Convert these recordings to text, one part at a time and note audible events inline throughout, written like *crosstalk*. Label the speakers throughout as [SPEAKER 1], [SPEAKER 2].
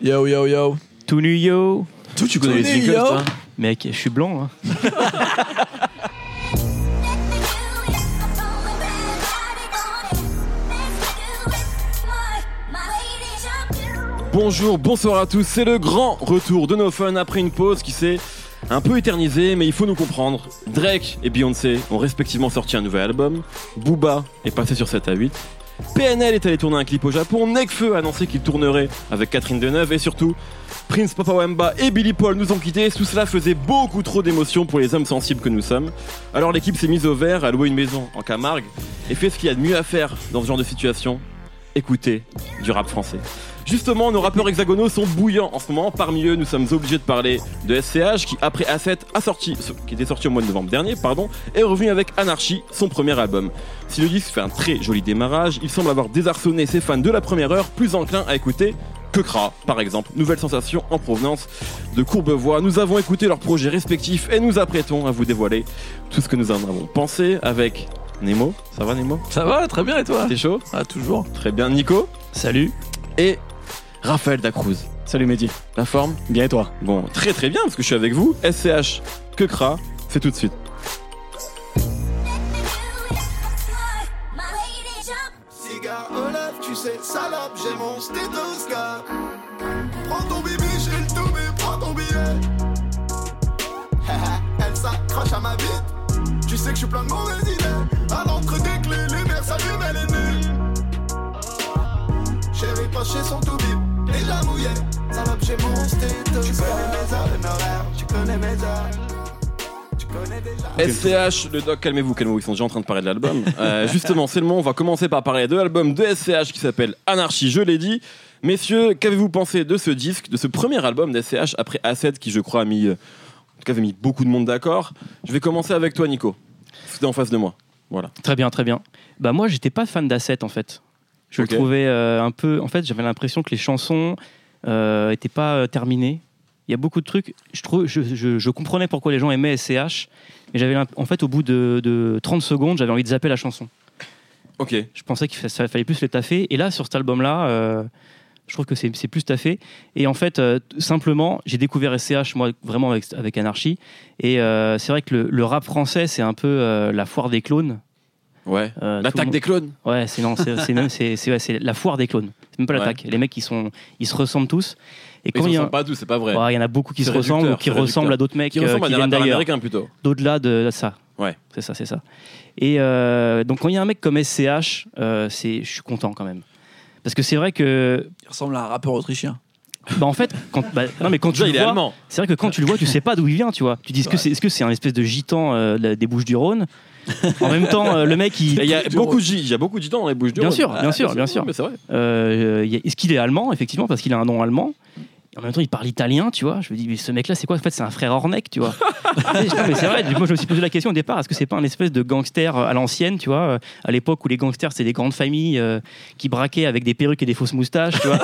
[SPEAKER 1] Yo, yo, yo.
[SPEAKER 2] Tout nu yo
[SPEAKER 1] Tout, tu connais les jingles, toi
[SPEAKER 2] Mec, je suis blanc. hein.
[SPEAKER 3] Bonjour, bonsoir à tous, c'est le grand retour de No Fun après une pause qui s'est un peu éternisée, mais il faut nous comprendre. Drake et Beyoncé ont respectivement sorti un nouvel album, Booba est passé sur 7 à 8, PNL est allé tourner un clip au Japon, Nekfeu a annoncé qu'il tournerait avec Catherine Deneuve et surtout Prince Papa Wemba et Billy Paul nous ont quittés, tout cela faisait beaucoup trop d'émotions pour les hommes sensibles que nous sommes. Alors l'équipe s'est mise au vert, a loué une maison en Camargue et fait ce qu'il y a de mieux à faire dans ce genre de situation, écouter du rap français. Justement, nos rappeurs hexagonaux sont bouillants en ce moment. Parmi eux, nous sommes obligés de parler de SCH qui, après A7, a sorti, qui était sorti au mois de novembre dernier, pardon, est revenu avec Anarchy, son premier album. Si le disque fait un très joli démarrage, il semble avoir désarçonné ses fans de la première heure, plus enclins à écouter que Kra, par exemple. Nouvelle sensation en provenance de Courbevoie. Nous avons écouté leurs projets respectifs et nous apprêtons à vous dévoiler tout ce que nous en avons pensé avec Nemo. Ça va Nemo
[SPEAKER 1] Ça va, très bien, et toi
[SPEAKER 3] T'es chaud
[SPEAKER 1] Ah, toujours.
[SPEAKER 3] Très bien Nico
[SPEAKER 2] Salut.
[SPEAKER 3] et Raphaël Dacruz.
[SPEAKER 4] Salut Mehdi,
[SPEAKER 3] La forme
[SPEAKER 4] bien et toi
[SPEAKER 3] Bon, très très bien, parce que je suis avec vous. SCH, que cra, c'est tout de suite.
[SPEAKER 5] Cigare au lèvres, tu sais, salope, j'ai mon stéthoscope. Prends ton bibi, j'ai le tout, mais prends ton billet. *laughs* Elle s'accroche à ma bite. Tu sais que je suis plein de mauvaises idées. À l'entre des que les lumières s'allument, elle est nulle. Chérie, penché son tout bip, déjà mouillé. Salope, j'ai mon stéthoscope. Tu connais mes heures, mes horaires, tu connais mes heures. Tu connais déjà.
[SPEAKER 3] SCH, le doc, calmez-vous, calmez-vous, ils sont déjà en train de parler
[SPEAKER 2] *laughs*
[SPEAKER 3] de l'album. Euh, justement, c'est le moment, on va commencer par parler de l'album de SCH qui s'appelle Anarchie, je l'ai dit. Messieurs, qu'avez-vous pensé de ce disque, de ce premier album d'SCH après A7 qui, je crois, a mis, euh, en tout cas, avait mis beaucoup de monde d'accord Je vais commencer avec toi, Nico. C'était en face de moi. Voilà.
[SPEAKER 2] Très bien, très bien. Bah moi, j'étais pas fan d'Asset en fait. Je
[SPEAKER 3] Ok.
[SPEAKER 2] le trouvais euh, un peu. En fait, j'avais l'impression que les chansons euh, étaient pas euh, terminées. Il y a beaucoup de trucs. Je, trouve, je, je- je comprenais pourquoi les gens aimaient SCH, mais j'avais l'imp- en fait au bout de, de 30 secondes, j'avais envie de zapper la chanson.
[SPEAKER 3] Ok.
[SPEAKER 2] Je pensais qu'il fa- ça fallait plus le taffer. Et là, sur cet album-là, euh, je trouve que c'est c'est plus taffé. Et en fait, euh, t- simplement, j'ai découvert SCH, moi, vraiment avec, avec Anarchy. Et euh, c'est vrai que le, le rap français, c'est un peu euh, la foire des clones.
[SPEAKER 3] Ouais.
[SPEAKER 2] Euh, tout le
[SPEAKER 3] L'attaque
[SPEAKER 2] monde-
[SPEAKER 3] des clones.
[SPEAKER 2] Ouais, c'est non, c'est c'est même c'est c'est- ouais, c'est la foire des clones. C'est même pas
[SPEAKER 3] Ouais.
[SPEAKER 2] l'attaque. Les mecs, ils sont, ils se ressemblent tous. Et
[SPEAKER 3] Ils
[SPEAKER 2] quand il y,
[SPEAKER 3] ne
[SPEAKER 2] a-
[SPEAKER 3] sont pas tous, c'est pas vrai.
[SPEAKER 2] Ouais, il y en a beaucoup qui
[SPEAKER 3] C'est
[SPEAKER 2] se ressemblent ou
[SPEAKER 3] réducteur,
[SPEAKER 2] qui
[SPEAKER 3] c'est
[SPEAKER 2] ressemblent
[SPEAKER 3] réducteur.
[SPEAKER 2] à d'autres mecs
[SPEAKER 3] Qui
[SPEAKER 2] euh,
[SPEAKER 3] ressemblent
[SPEAKER 2] qui
[SPEAKER 3] à un
[SPEAKER 2] viennent
[SPEAKER 3] narrateur
[SPEAKER 2] d'ailleurs
[SPEAKER 3] américain plutôt.
[SPEAKER 2] d'au-delà de ça.
[SPEAKER 3] Ouais.
[SPEAKER 2] C'est ça, c'est ça. Et euh, donc quand il y a un mec comme SCH, euh, c'est, je suis content quand même. Parce que c'est vrai que,
[SPEAKER 1] Il ressemble à un rappeur autrichien.
[SPEAKER 2] bah en fait, quand, bah, non mais quand tu
[SPEAKER 3] Déjà,
[SPEAKER 2] le
[SPEAKER 3] il est
[SPEAKER 2] vois,
[SPEAKER 3] allemand.
[SPEAKER 2] c'est vrai que quand tu le vois, tu sais pas d'où il vient, tu vois. Tu dis est-ce que c'est, est-ce que c'est un espèce de gitan euh, de la- des Bouches du Rhône En même temps, euh, le mec, il,
[SPEAKER 3] Il y a
[SPEAKER 1] Bouches du
[SPEAKER 3] beaucoup de J, il y a beaucoup de gitans dans les bouches du
[SPEAKER 2] Bien
[SPEAKER 3] Rhône.
[SPEAKER 2] sûr, bien sûr,
[SPEAKER 3] c'est-
[SPEAKER 2] bien sûr.
[SPEAKER 3] mais c'est vrai.
[SPEAKER 2] Euh, il y a- Est-ce qu'il est allemand, effectivement, parce qu'il a un nom allemand Et en même temps, il parle italien, tu vois. Je me dis, mais ce mec-là, c'est quoi En fait, c'est un frère Ornec,
[SPEAKER 4] *laughs*
[SPEAKER 2] tu vois. Tu sais, non, mais c'est vrai, du coup, je me suis posé la question au départ est-ce que c'est pas un espèce de gangster euh, à l'ancienne, tu vois euh, À l'époque où les gangsters, c'est des grandes familles euh, qui braquaient avec des perruques et des fausses moustaches, tu vois.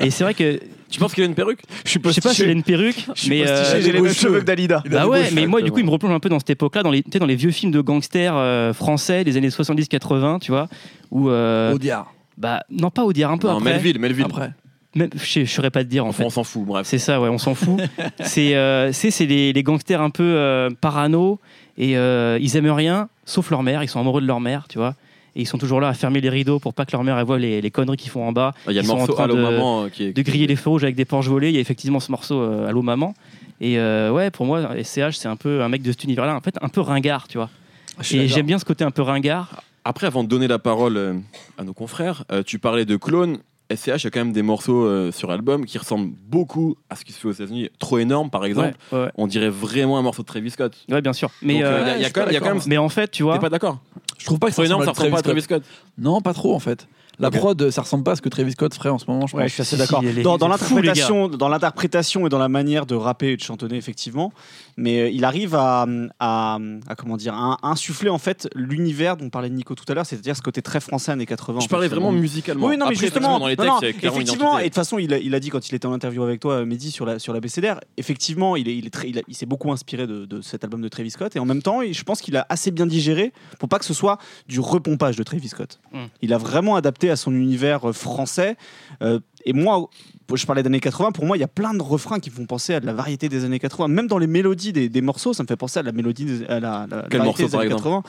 [SPEAKER 2] et c'est vrai que,
[SPEAKER 3] Tu penses qu'il a une perruque
[SPEAKER 4] Je suis
[SPEAKER 2] je sais pas si elle a une perruque, mais. euh,
[SPEAKER 4] j'ai les
[SPEAKER 1] beaux
[SPEAKER 4] mêmes
[SPEAKER 1] cheveux.
[SPEAKER 4] cheveux que Dalida.
[SPEAKER 1] Il a
[SPEAKER 2] bah
[SPEAKER 1] des
[SPEAKER 2] ouais,
[SPEAKER 1] gauches,
[SPEAKER 2] mais moi du coup
[SPEAKER 3] exactement.
[SPEAKER 2] il me replonge un peu dans cette époque-là, dans les, tu sais, dans les vieux films de gangsters euh, français des années 70-80, tu vois, où euh,
[SPEAKER 1] Audiard,
[SPEAKER 2] bah non pas Audiard un peu
[SPEAKER 3] Non,
[SPEAKER 2] après,
[SPEAKER 3] Melville, Melville.
[SPEAKER 1] après.
[SPEAKER 2] Même- je je saurais pas te dire en
[SPEAKER 3] Enfin,
[SPEAKER 2] fait.
[SPEAKER 3] on s'en fout, bref.
[SPEAKER 2] C'est ça, ouais, on s'en
[SPEAKER 3] *laughs*
[SPEAKER 2] fout. c'est euh, c'est c'est les, les gangsters un peu euh, parano et euh, ils aiment rien sauf leur mère. Ils sont amoureux de leur mère, tu vois. Et ils sont toujours là à fermer les rideaux pour pas que leur mère elle voit les, les conneries qu'ils font en bas,
[SPEAKER 3] Il y a
[SPEAKER 2] Ils
[SPEAKER 3] le
[SPEAKER 2] sont en
[SPEAKER 3] morceau
[SPEAKER 2] train
[SPEAKER 3] Allo
[SPEAKER 2] de-
[SPEAKER 3] Maman euh, qui est.
[SPEAKER 2] de griller les feux rouges avec des Porsche volées. Il y a effectivement ce morceau euh, Allô maman. Et euh, ouais, pour moi, SCH c'est un peu un mec de cet univers-là, en fait, un peu ringard, tu vois.
[SPEAKER 1] Ah,
[SPEAKER 2] Et j'aime bien ce côté un peu ringard.
[SPEAKER 3] Après, avant de donner la parole euh, à nos confrères, euh, tu parlais de clones. SCH, il y a quand même des morceaux euh, sur album qui ressemblent beaucoup à ce qui se fait aux États-Unis. Trop énorme, par exemple.
[SPEAKER 2] Ouais, ouais,
[SPEAKER 3] On dirait vraiment un morceau de Travis Scott.
[SPEAKER 2] ouais, bien sûr. Mais
[SPEAKER 3] Donc, euh,
[SPEAKER 2] euh,
[SPEAKER 3] il y a- il y a
[SPEAKER 1] je
[SPEAKER 3] quand même-
[SPEAKER 1] suis
[SPEAKER 3] il y a
[SPEAKER 1] pas
[SPEAKER 3] quand même.
[SPEAKER 2] mais en fait, tu vois,
[SPEAKER 3] T'es pas d'accord
[SPEAKER 1] Je trouve pas que ça
[SPEAKER 3] Trop énorme,
[SPEAKER 1] ressemble
[SPEAKER 3] ça
[SPEAKER 1] à Travis
[SPEAKER 3] ressemble pas à Travis
[SPEAKER 1] Scott.
[SPEAKER 3] Scott.
[SPEAKER 1] Non, pas trop en fait. La
[SPEAKER 3] Ok.
[SPEAKER 1] prod, ça ressemble pas à ce que Travis Scott ferait en ce moment, je
[SPEAKER 4] Ouais,
[SPEAKER 1] pense.
[SPEAKER 4] je suis assez
[SPEAKER 2] Si,
[SPEAKER 4] d'accord.
[SPEAKER 2] les-
[SPEAKER 4] Dans, dans
[SPEAKER 2] les fous, les gars.
[SPEAKER 4] l'interprétation, dans l'interprétation et dans la manière de rapper et de chantonner, effectivement, mais euh, il arrive à, à- à, comment dire, à insuffler en fait l'univers dont parlait Nico tout à l'heure, c'est-à-dire ce côté très français années 80.
[SPEAKER 3] Je
[SPEAKER 4] en
[SPEAKER 3] parlais
[SPEAKER 4] fait,
[SPEAKER 3] vraiment
[SPEAKER 4] finalement.
[SPEAKER 3] musicalement.
[SPEAKER 4] Oui, non, mais
[SPEAKER 3] Après,
[SPEAKER 4] justement,
[SPEAKER 3] dans les
[SPEAKER 4] non,
[SPEAKER 3] textes,
[SPEAKER 4] non,
[SPEAKER 3] il y a clairement une
[SPEAKER 4] effectivement, et de
[SPEAKER 3] identité.
[SPEAKER 4] toute façon, il a, il a dit quand il était en interview avec toi, euh, Mehdi, sur la, sur la BCDR, effectivement, il, est, il, est très- il, a- il s'est beaucoup inspiré de, de cet album de Travis Scott, et en même temps, il- je pense qu'il a assez bien digéré pour pas que ce soit du repompage de Travis Scott.
[SPEAKER 2] Mm.
[SPEAKER 4] Il a vraiment adapté à son univers euh, français, euh, Et moi, je parlais d'années 80, pour moi, il y a plein de refrains qui me font penser à de la variété des années 80. Même dans les mélodies des, des morceaux, ça me fait penser à de la mélodie des, à la, la- la
[SPEAKER 3] Quel
[SPEAKER 4] variété
[SPEAKER 3] morceau,
[SPEAKER 4] des
[SPEAKER 3] par
[SPEAKER 4] années 80.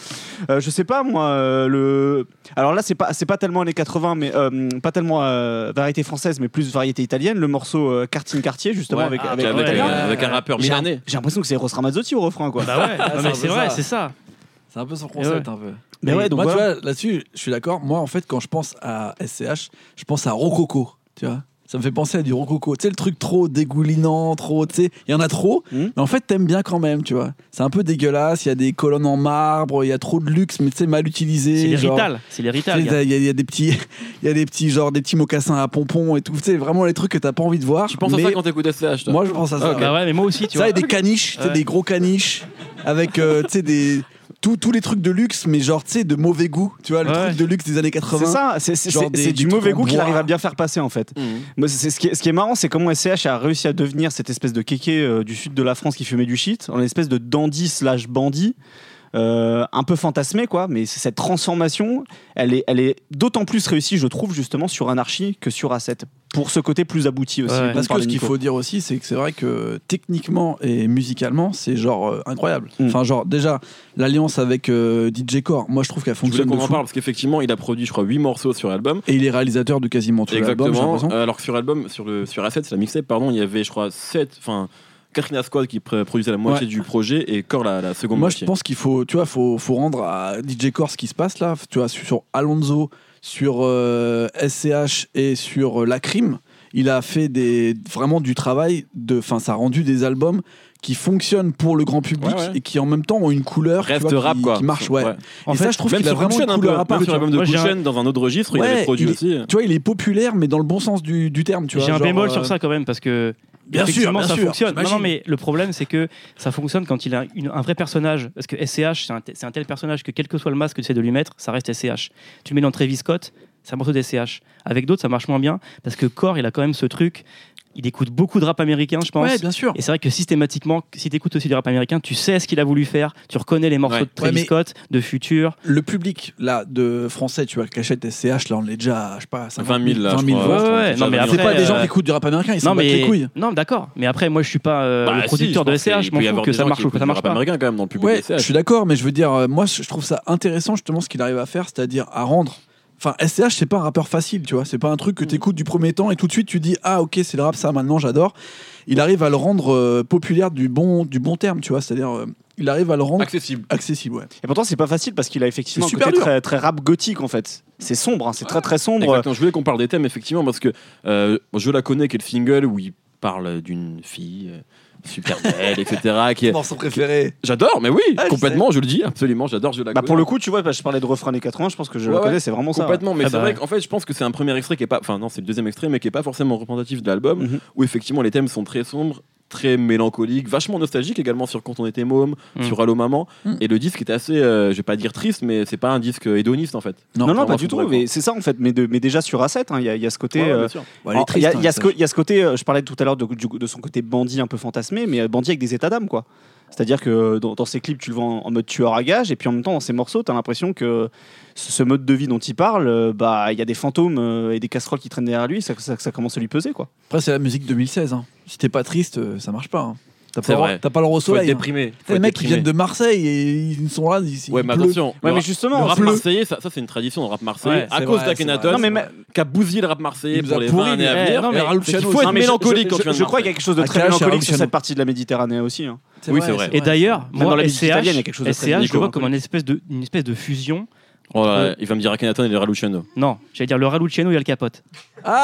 [SPEAKER 4] Euh, je sais pas, moi, euh, le. Alors là, c'est pas, c'est pas tellement années 80, mais euh, pas tellement euh, variété française, mais plus variété italienne. Le morceau euh, Cartine Cartier, justement,
[SPEAKER 1] Ouais.
[SPEAKER 4] avec,
[SPEAKER 1] Ah,
[SPEAKER 4] avec,
[SPEAKER 3] avec,
[SPEAKER 2] ouais,
[SPEAKER 4] Italien.
[SPEAKER 3] euh, avec un rappeur
[SPEAKER 4] J'ai-
[SPEAKER 3] milanais.
[SPEAKER 4] J'ai l'impression que c'est Eros Ramazzotti au refrain, quoi.
[SPEAKER 2] Bah
[SPEAKER 3] *laughs*
[SPEAKER 2] ouais, non,
[SPEAKER 1] c'est un
[SPEAKER 2] mais
[SPEAKER 1] peu
[SPEAKER 2] c'est vrai,
[SPEAKER 1] ça.
[SPEAKER 2] c'est ça.
[SPEAKER 1] C'est un peu sans concept,
[SPEAKER 2] ouais.
[SPEAKER 1] un peu.
[SPEAKER 4] Mais ouais, donc
[SPEAKER 1] moi,
[SPEAKER 4] voilà.
[SPEAKER 1] tu vois, là-dessus, je suis d'accord. Moi, en fait, quand je pense à SCH, je pense à Rococo, tu vois. Ça me fait penser à du Rococo. Tu sais, le truc trop dégoulinant, trop, tu sais, il y en a trop,
[SPEAKER 4] Mhm.
[SPEAKER 1] mais en fait, t'aimes bien quand même, tu vois. C'est un peu dégueulasse, il y a des colonnes en marbre, il y a trop de luxe, mais tu sais, mal utilisé.
[SPEAKER 2] C'est les
[SPEAKER 1] genre-
[SPEAKER 2] Rital. C'est les
[SPEAKER 1] Tu sais,
[SPEAKER 2] Rital.
[SPEAKER 1] Il y,
[SPEAKER 2] gars.
[SPEAKER 1] a- il y a des petits, *laughs* il y a des petits genre des petits mocassins à pompons et tout. C'est vraiment les trucs que t'as pas envie de voir.
[SPEAKER 3] Tu penses à
[SPEAKER 1] mais
[SPEAKER 3] ça quand t'écoutes SCH, toi
[SPEAKER 1] Moi, je pense à ça.
[SPEAKER 3] Ah, ok.
[SPEAKER 1] ouais.
[SPEAKER 2] Bah ouais, mais moi aussi, tu
[SPEAKER 1] Ça
[SPEAKER 2] vois.
[SPEAKER 1] et des caniches, tu sais,
[SPEAKER 2] Ouais.
[SPEAKER 1] des gros caniches avec euh, tu sais des tous tous les trucs de luxe, mais genre tu sais de mauvais goût. Tu vois le
[SPEAKER 2] Ouais.
[SPEAKER 1] truc de luxe des années 80.
[SPEAKER 4] C'est ça, c'est- c'est
[SPEAKER 1] Genre
[SPEAKER 4] c'est-
[SPEAKER 1] des-
[SPEAKER 4] c'est
[SPEAKER 1] des
[SPEAKER 4] du
[SPEAKER 1] trucs
[SPEAKER 4] mauvais
[SPEAKER 1] en
[SPEAKER 4] goût qu'il
[SPEAKER 1] bois. Mmh.
[SPEAKER 4] arrive à bien faire passer en fait.
[SPEAKER 3] Mhm.
[SPEAKER 4] Moi, c'est- c'est ce, qui est, ce qui est marrant, c'est comment SCH a réussi à devenir cette espèce de kéké euh, du sud de la France qui fumait du shit, en espèce de dandy slash bandit, euh, un peu fantasmé quoi, mais c'est- cette transformation, elle est, elle est d'autant plus réussie, je trouve, justement sur Anarchie que sur A7, pour ce côté plus abouti aussi.
[SPEAKER 2] Ouais.
[SPEAKER 4] dont
[SPEAKER 1] Parce que
[SPEAKER 4] parlait
[SPEAKER 1] ce qu'il
[SPEAKER 4] Nico.
[SPEAKER 1] faut dire aussi, c'est que c'est vrai que techniquement et musicalement, c'est genre euh, incroyable.
[SPEAKER 4] Mm.
[SPEAKER 1] Enfin, genre déjà l'alliance avec euh, DJ Core, moi je trouve qu'elle
[SPEAKER 3] Je voulais
[SPEAKER 1] fonctionne
[SPEAKER 3] qu'on
[SPEAKER 1] de
[SPEAKER 3] en
[SPEAKER 1] fou.
[SPEAKER 3] parle parce qu'effectivement, il a produit, je crois, 8 morceaux sur l'album.
[SPEAKER 1] Et il est réalisateur de quasiment tout l'album, j'ai
[SPEAKER 3] Exactement.
[SPEAKER 1] l'impression.
[SPEAKER 3] Euh, Alors que sur l'album, sur le sur A7, c'est la mixtape, pardon, il y avait, je crois, 7. Enfin, Katrina Squad qui pr- produisait la moitié du projet et Core la, la seconde
[SPEAKER 1] Moi, je
[SPEAKER 3] moitié.
[SPEAKER 1] pense qu'il faut, tu vois, faut, faut rendre à DJ Core ce qui se passe là. Tu vois, sur Alonso, sur euh, SCH et sur euh, La Crime, il a fait des, vraiment du travail. De, enfin, ça a rendu des albums qui fonctionnent pour le grand public
[SPEAKER 3] Ouais, ouais.
[SPEAKER 1] et qui en même temps ont une couleur
[SPEAKER 3] Reste
[SPEAKER 1] tu vois,
[SPEAKER 3] rap,
[SPEAKER 1] qui,
[SPEAKER 3] quoi.
[SPEAKER 1] qui marche. Ouais.
[SPEAKER 2] En
[SPEAKER 1] et
[SPEAKER 2] fait,
[SPEAKER 1] ça, je trouve
[SPEAKER 3] Même
[SPEAKER 1] qu'il a
[SPEAKER 3] sur
[SPEAKER 1] vraiment
[SPEAKER 3] Gushen,
[SPEAKER 1] une
[SPEAKER 3] un peu.
[SPEAKER 1] couleur à part.
[SPEAKER 3] Même sur
[SPEAKER 1] tu vois.
[SPEAKER 3] l'album de
[SPEAKER 2] Moi, j'ai un-
[SPEAKER 3] Gushen, dans un autre registre, il
[SPEAKER 1] Ouais,
[SPEAKER 3] avait produit
[SPEAKER 1] il est-
[SPEAKER 3] aussi. hein.
[SPEAKER 1] Tu vois, il est populaire, mais dans le bon sens du, du terme. tu vois,
[SPEAKER 2] J'ai un
[SPEAKER 1] genre,
[SPEAKER 2] bémol
[SPEAKER 1] euh,
[SPEAKER 2] sur ça quand même parce que
[SPEAKER 1] Bien sûr,
[SPEAKER 2] effectivement,
[SPEAKER 1] bien
[SPEAKER 2] ça
[SPEAKER 1] sûr,
[SPEAKER 2] fonctionne. Non, non,
[SPEAKER 1] j'imagine.
[SPEAKER 2] mais le problème c'est que ça fonctionne quand il a une- un vrai personnage parce que SCH c'est un, te- c'est un tel personnage que quel que soit le masque que tu essaies de lui mettre, ça reste SCH. Tu le mets dans Travis Scott, c'est un morceau d'SCH. Avec d'autres ça marche moins bien parce que Core il a quand même ce truc, il écoute beaucoup de rap américain je pense.
[SPEAKER 1] Ouais, bien sûr.
[SPEAKER 2] Et c'est vrai que systématiquement, si tu écoutes aussi du rap américain, tu sais ce qu'il a voulu faire, tu reconnais les morceaux
[SPEAKER 3] Ouais.
[SPEAKER 2] de Travis
[SPEAKER 1] Ouais, mais-
[SPEAKER 2] Scott, de Future.
[SPEAKER 1] le public là de français tu vois qui achète SCH là on est déjà à, je sais pas 50
[SPEAKER 3] 20 000 là. je
[SPEAKER 1] 20 000
[SPEAKER 3] crois. Bah,
[SPEAKER 1] voix.
[SPEAKER 2] ouais, ouais, non, mais
[SPEAKER 1] c'est
[SPEAKER 2] après,
[SPEAKER 1] pas des gens
[SPEAKER 2] euh,
[SPEAKER 1] qui écoutent du rap américain ils s'en
[SPEAKER 2] Non
[SPEAKER 1] battent les
[SPEAKER 2] mais,
[SPEAKER 1] couilles
[SPEAKER 2] non, d'accord. Mais après, moi, je suis pas euh,
[SPEAKER 3] Bah,
[SPEAKER 2] le
[SPEAKER 3] si,
[SPEAKER 2] producteur de
[SPEAKER 3] je pense
[SPEAKER 2] SCH.
[SPEAKER 3] qu'il
[SPEAKER 2] Je
[SPEAKER 3] peut y
[SPEAKER 2] m'en
[SPEAKER 3] avoir
[SPEAKER 2] fous que
[SPEAKER 3] des
[SPEAKER 2] ça
[SPEAKER 3] gens
[SPEAKER 2] marche ou
[SPEAKER 3] qui
[SPEAKER 2] que
[SPEAKER 3] écoutent
[SPEAKER 2] ça
[SPEAKER 3] du
[SPEAKER 2] marche
[SPEAKER 3] rap
[SPEAKER 2] pas.
[SPEAKER 3] américain quand même dans le public
[SPEAKER 1] Ouais,
[SPEAKER 3] des
[SPEAKER 1] je
[SPEAKER 3] SCH.
[SPEAKER 1] suis d'accord, mais je veux dire, euh, moi, je je trouve ça intéressant justement ce qu'il arrive à faire, c'est-à-dire à rendre. Enfin, SCH, c'est pas un rappeur facile, tu vois. C'est pas un truc que t'écoutes du premier temps et tout de suite tu dis ah ok c'est le rap ça maintenant j'adore. Il arrive à le rendre euh, populaire du bon du bon terme, tu vois. C'est-à-dire euh, il arrive à le rendre
[SPEAKER 3] Accessible.
[SPEAKER 1] accessible. Ouais.
[SPEAKER 4] Et pourtant, c'est pas facile parce qu'il a effectivement un
[SPEAKER 1] C'est super
[SPEAKER 4] côté
[SPEAKER 1] dur.
[SPEAKER 4] très, très rap gothique en fait. C'est sombre, hein, c'est très très sombre.
[SPEAKER 3] Exactement. Je voulais qu'on parle des thèmes, effectivement, parce que euh, Je la connais, qui est le single où il parle d'une fille euh, super belle, etc. qui est-
[SPEAKER 1] Morceau préféré.
[SPEAKER 3] J'adore, mais oui,
[SPEAKER 1] Ah, je
[SPEAKER 3] complètement, je le dis, absolument, j'adore Je la
[SPEAKER 4] Bah
[SPEAKER 3] connais.
[SPEAKER 4] pour le coup, tu vois, bah, je parlais de refrain des 80, je pense que je le
[SPEAKER 3] Ouais,
[SPEAKER 4] connais,
[SPEAKER 3] ouais,
[SPEAKER 4] c'est vraiment ça. hein.
[SPEAKER 3] Complètement, mais
[SPEAKER 2] Ah
[SPEAKER 3] c'est
[SPEAKER 2] bah
[SPEAKER 3] vrai
[SPEAKER 2] ouais.
[SPEAKER 3] qu'en fait, je pense que c'est un premier extrait qui est pas. Enfin, non, c'est le deuxième extrait, mais qui est pas forcément représentatif de l'album,
[SPEAKER 4] Mhm.
[SPEAKER 3] où effectivement les thèmes sont très sombres, très mélancoliques, vachement nostalgiques également sur Quand on était môme,
[SPEAKER 2] Mhm.
[SPEAKER 3] sur Allô Maman.
[SPEAKER 1] Mhm.
[SPEAKER 3] Et le disque était assez, euh, je vais pas dire triste, mais c'est pas un disque euh, hédoniste en fait.
[SPEAKER 1] Non,
[SPEAKER 4] Non, non,
[SPEAKER 3] vraiment,
[SPEAKER 4] pas
[SPEAKER 3] je
[SPEAKER 4] du tout.
[SPEAKER 3] comprends.
[SPEAKER 4] Mais c'est ça en fait. Mais, de- mais déjà sur A7, hein, il y, a- il y a ce côté.
[SPEAKER 3] Ouais, ouais,
[SPEAKER 4] euh,
[SPEAKER 3] bien sûr. Bah,
[SPEAKER 1] Bon, elle est
[SPEAKER 4] en- il
[SPEAKER 1] triste,
[SPEAKER 4] y, a-
[SPEAKER 1] hein,
[SPEAKER 4] il y a ce
[SPEAKER 1] SCH.
[SPEAKER 4] co- il y a ce côté. euh, Je parlais tout à l'heure de, du- de son côté bandit un peu fantasmé, mais euh, bandit avec des états d'âme quoi. C'est-à-dire que euh, dans, dans ses clips, tu le vois en, en mode tueur à gage, et puis en même temps dans ses morceaux, t'as l'impression que euh, ce ce mode de vie dont il parle, euh, bah il y a des fantômes euh, et des casseroles qui traînent derrière lui, ça, ça, ça commence à lui peser quoi.
[SPEAKER 1] Après c'est la musique 2016. Hein. Si t'es pas triste, euh, ça marche pas. hein. T'as
[SPEAKER 3] C'est
[SPEAKER 1] pas, le droit-
[SPEAKER 3] vrai.
[SPEAKER 1] t'as pas le droit au
[SPEAKER 3] Faut être
[SPEAKER 1] soleil. hein.
[SPEAKER 3] déprimé. faut
[SPEAKER 1] Les
[SPEAKER 3] être
[SPEAKER 1] mecs qui
[SPEAKER 3] déprimé.
[SPEAKER 1] viennent de Marseille et ils sont là. Ils,
[SPEAKER 3] Ouais,
[SPEAKER 1] il
[SPEAKER 3] mais
[SPEAKER 1] pleut.
[SPEAKER 3] attention.
[SPEAKER 4] Ouais,
[SPEAKER 3] le
[SPEAKER 4] mais
[SPEAKER 3] rap-
[SPEAKER 4] justement,
[SPEAKER 3] le rap
[SPEAKER 4] on pleut.
[SPEAKER 3] marseillais, ça, ça, c'est une tradition de rap marseillais
[SPEAKER 2] Ouais,
[SPEAKER 3] à
[SPEAKER 1] c'est
[SPEAKER 3] cause
[SPEAKER 1] vrai, c'est
[SPEAKER 3] d'Akenaton,
[SPEAKER 1] vrai.
[SPEAKER 4] Non mais ma-
[SPEAKER 3] qui a bousillé le rap marseillais
[SPEAKER 1] Il nous
[SPEAKER 3] pour
[SPEAKER 1] a
[SPEAKER 3] les
[SPEAKER 1] pourri,
[SPEAKER 3] 20 années à
[SPEAKER 2] eh,
[SPEAKER 3] venir.
[SPEAKER 2] non, mais-
[SPEAKER 1] Raoul
[SPEAKER 3] C'est qu'il
[SPEAKER 1] Piano,
[SPEAKER 3] faut
[SPEAKER 1] c'est
[SPEAKER 3] être
[SPEAKER 1] un-
[SPEAKER 4] mais je-
[SPEAKER 3] mélancolique
[SPEAKER 4] je-
[SPEAKER 3] quand
[SPEAKER 4] je-
[SPEAKER 3] tu viens de
[SPEAKER 4] Je crois qu'il y a
[SPEAKER 3] Marseille.
[SPEAKER 4] quelque chose de
[SPEAKER 1] Ah,
[SPEAKER 4] très
[SPEAKER 1] Clash,
[SPEAKER 4] mélancolique
[SPEAKER 1] Eruption.
[SPEAKER 4] sur cette partie de la Méditerranée aussi. hein.
[SPEAKER 3] Oui, c'est vrai.
[SPEAKER 2] Et d'ailleurs,
[SPEAKER 4] Même dans
[SPEAKER 2] moi,
[SPEAKER 4] la musique italienne, il y a
[SPEAKER 2] SCH,
[SPEAKER 4] quelque chose de très
[SPEAKER 2] SCH, je le
[SPEAKER 4] Nico,
[SPEAKER 2] vois
[SPEAKER 4] hein.
[SPEAKER 2] comme une espèce de, une espèce de fusion.
[SPEAKER 3] Oh là là, il va me dire Akhenaton et le Raluciano.
[SPEAKER 2] Non, j'allais dire le Raluciano et le Capote.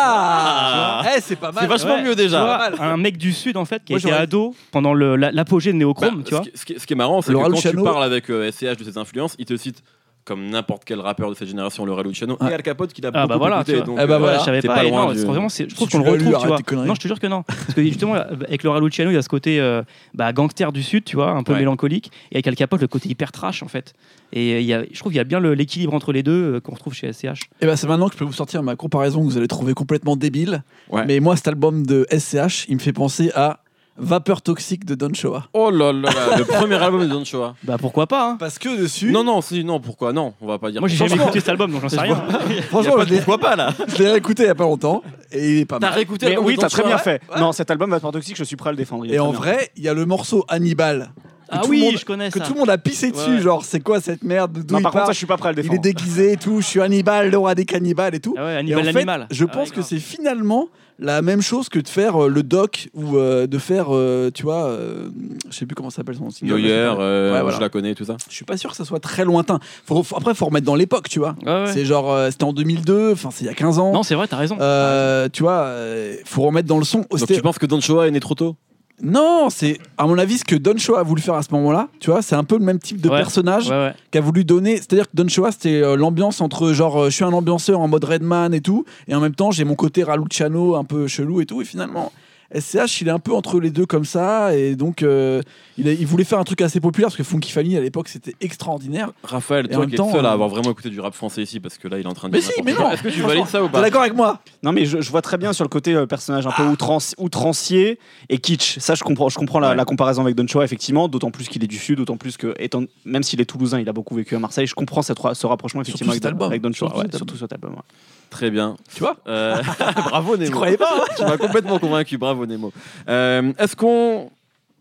[SPEAKER 1] Ah, Eh, c'est pas mal.
[SPEAKER 3] C'est vachement
[SPEAKER 2] ouais.
[SPEAKER 3] mieux déjà.
[SPEAKER 2] Tu vois, un mec du Sud, en fait, qui
[SPEAKER 1] Moi,
[SPEAKER 2] était
[SPEAKER 1] j'aurais-
[SPEAKER 2] ado pendant le- la- l'apogée de Néochrome,
[SPEAKER 3] Bah,
[SPEAKER 2] tu vois.
[SPEAKER 3] ce, qui, ce qui- ce qui est marrant, c'est que
[SPEAKER 1] Laura
[SPEAKER 3] quand tu
[SPEAKER 1] Luciano.
[SPEAKER 3] parles avec euh, SCH de ses influences, il te cite comme n'importe quel rappeur de cette génération, Laura Luciano
[SPEAKER 1] Ah.
[SPEAKER 3] et Al Capote qu'il a
[SPEAKER 2] Ah,
[SPEAKER 3] beaucoup
[SPEAKER 2] bah voilà,
[SPEAKER 3] écouté.
[SPEAKER 2] tu vois.
[SPEAKER 3] donc,
[SPEAKER 1] Eh bah
[SPEAKER 3] euh,
[SPEAKER 1] voilà.
[SPEAKER 2] je savais
[SPEAKER 3] t'es
[SPEAKER 2] Ah, pas.
[SPEAKER 3] pas
[SPEAKER 2] et
[SPEAKER 3] loin
[SPEAKER 2] non,
[SPEAKER 3] du-
[SPEAKER 2] c'est vraiment, c'est- je trouve
[SPEAKER 1] Si tu
[SPEAKER 2] qu'on le
[SPEAKER 1] l'as lu,
[SPEAKER 2] retrouve,
[SPEAKER 1] arrête
[SPEAKER 2] tu vois.
[SPEAKER 1] tes conneries.
[SPEAKER 2] Non, je te jure que non. Parce que justement, euh, avec le Raluciano, il y a ce côté euh, bah, gangster du Sud, tu vois, un peu
[SPEAKER 3] Ouais.
[SPEAKER 2] mélancolique. Et avec Al Capote, le côté hyper trash, en fait. Et euh, il y a, je trouve qu'il y a bien le- l'équilibre entre les deux euh, qu'on retrouve chez SCH.
[SPEAKER 1] Et ben c'est maintenant que je peux vous sortir ma comparaison que vous allez trouver complètement débile.
[SPEAKER 3] Ouais.
[SPEAKER 1] Mais moi, cet album de SCH, il me fait penser à Vapeur toxique de Don Shoah.
[SPEAKER 3] Oh là là là, le *laughs* premier album de
[SPEAKER 1] *laughs*
[SPEAKER 3] Don Shoah.
[SPEAKER 2] Bah pourquoi pas hein.
[SPEAKER 1] Parce que dessus,
[SPEAKER 3] Non, non, si, non, pourquoi Non, on va pas dire.
[SPEAKER 2] Moi j'ai jamais
[SPEAKER 3] Franchement,
[SPEAKER 2] écouté cet album donc j'en sais rien.
[SPEAKER 1] franchement, je l'ai-
[SPEAKER 3] Pourquoi pas là
[SPEAKER 1] je l'ai réécouté il y a pas longtemps et il est pas
[SPEAKER 3] T'as
[SPEAKER 1] mal.
[SPEAKER 3] réécouté
[SPEAKER 4] Mais
[SPEAKER 3] l'album
[SPEAKER 4] oui,
[SPEAKER 3] de Don
[SPEAKER 4] t'as très
[SPEAKER 3] Shoah
[SPEAKER 4] bien fait. Non, cet album Vapeur Toxique, je suis prêt à le défendre. il est
[SPEAKER 1] Et
[SPEAKER 4] très
[SPEAKER 1] en
[SPEAKER 4] bien.
[SPEAKER 1] vrai, il y a le morceau Hannibal
[SPEAKER 2] Ah
[SPEAKER 1] tout le
[SPEAKER 2] oui,
[SPEAKER 1] monde-
[SPEAKER 2] je connais
[SPEAKER 1] que
[SPEAKER 2] ça.
[SPEAKER 1] tout le monde a pissé dessus.
[SPEAKER 3] Ouais.
[SPEAKER 1] Genre, c'est quoi cette merde D'où
[SPEAKER 4] Non,
[SPEAKER 1] il
[SPEAKER 4] par contre,
[SPEAKER 1] part
[SPEAKER 4] ça, je suis pas prêt à le
[SPEAKER 1] Il est
[SPEAKER 4] défendre.
[SPEAKER 1] déguisé et tout. Je suis Hannibal, le roi des cannibales et tout.
[SPEAKER 2] Ah ouais,
[SPEAKER 1] Et
[SPEAKER 2] Hannibal
[SPEAKER 1] en fait,
[SPEAKER 2] l'animal.
[SPEAKER 1] Je
[SPEAKER 2] Ah
[SPEAKER 1] pense
[SPEAKER 2] ouais,
[SPEAKER 1] que
[SPEAKER 2] grave.
[SPEAKER 1] c'est finalement la même chose que de faire euh, le doc ou euh, de faire, euh, tu vois, euh, je sais plus comment ça s'appelle son single.
[SPEAKER 3] Yo-Yer, euh,
[SPEAKER 1] Ouais, voilà.
[SPEAKER 3] je la connais, tout ça.
[SPEAKER 1] Je suis pas sûr que ça soit très lointain. Faut- faut- après, faut remettre dans l'époque, tu vois.
[SPEAKER 2] Ouais, ouais.
[SPEAKER 1] C'est genre, euh, c'était en 2002, enfin, c'est il y a 15 ans.
[SPEAKER 2] Non, c'est vrai, t'as raison.
[SPEAKER 1] Euh, tu vois, euh, faut remettre dans le son.
[SPEAKER 3] Donc
[SPEAKER 1] C'était-
[SPEAKER 3] tu penses que Don Shoah est né trop tôt
[SPEAKER 1] Non, c'est à mon avis ce que Don Shoah a voulu faire à ce moment-là. Tu vois, c'est un peu le même type de
[SPEAKER 2] Ouais.
[SPEAKER 1] personnage
[SPEAKER 2] Ouais, ouais.
[SPEAKER 1] qu'a voulu donner. C'est-à-dire que Don Shoah, c'était euh, l'ambiance entre genre euh, je suis un ambianceur en mode Redman et tout, et en même temps j'ai mon côté Raluciano un peu chelou et tout. Et finalement, SCH, il est un peu entre les deux comme ça, et donc euh, il, a- il voulait faire un truc assez populaire parce que Funky Family à l'époque c'était extraordinaire.
[SPEAKER 3] Raphaël,
[SPEAKER 1] Et en
[SPEAKER 3] toi
[SPEAKER 1] même
[SPEAKER 3] qui es
[SPEAKER 1] temps,
[SPEAKER 3] le seul à
[SPEAKER 1] euh,
[SPEAKER 3] avoir vraiment écouté du rap français ici, parce que là il est en train de.
[SPEAKER 1] Mais
[SPEAKER 3] dire
[SPEAKER 1] si,
[SPEAKER 3] n'importe
[SPEAKER 1] mais
[SPEAKER 3] quoi.
[SPEAKER 1] non
[SPEAKER 3] Est-ce que tu valides ça ou
[SPEAKER 1] T'es
[SPEAKER 3] pas
[SPEAKER 1] d'accord avec moi
[SPEAKER 4] Non, mais je, je vois très bien sur le côté euh, personnage
[SPEAKER 1] Ah.
[SPEAKER 4] un peu outrance- outrancier et kitsch. Ça, je comprends, je comprends la,
[SPEAKER 3] Ouais.
[SPEAKER 4] la comparaison avec Don Shoah, effectivement, d'autant plus qu'il est du Sud, d'autant plus que, étant, même s'il est toulousain, il a beaucoup vécu à Marseille. Je comprends cette ra- ce rapprochement,
[SPEAKER 1] Surtout
[SPEAKER 4] effectivement,
[SPEAKER 1] cet
[SPEAKER 4] avec, Don-
[SPEAKER 1] album.
[SPEAKER 4] avec Don Shoah,
[SPEAKER 1] Surtout
[SPEAKER 4] ouais,
[SPEAKER 1] cet
[SPEAKER 4] surtout cet album. ouais.
[SPEAKER 3] Très bien.
[SPEAKER 1] Tu vois *laughs*
[SPEAKER 3] Euh, Bravo Nemo.
[SPEAKER 1] croyais pas, hein
[SPEAKER 3] *laughs* Tu m'as complètement convaincu, bravo Nemo. Euh, Est-ce qu'on.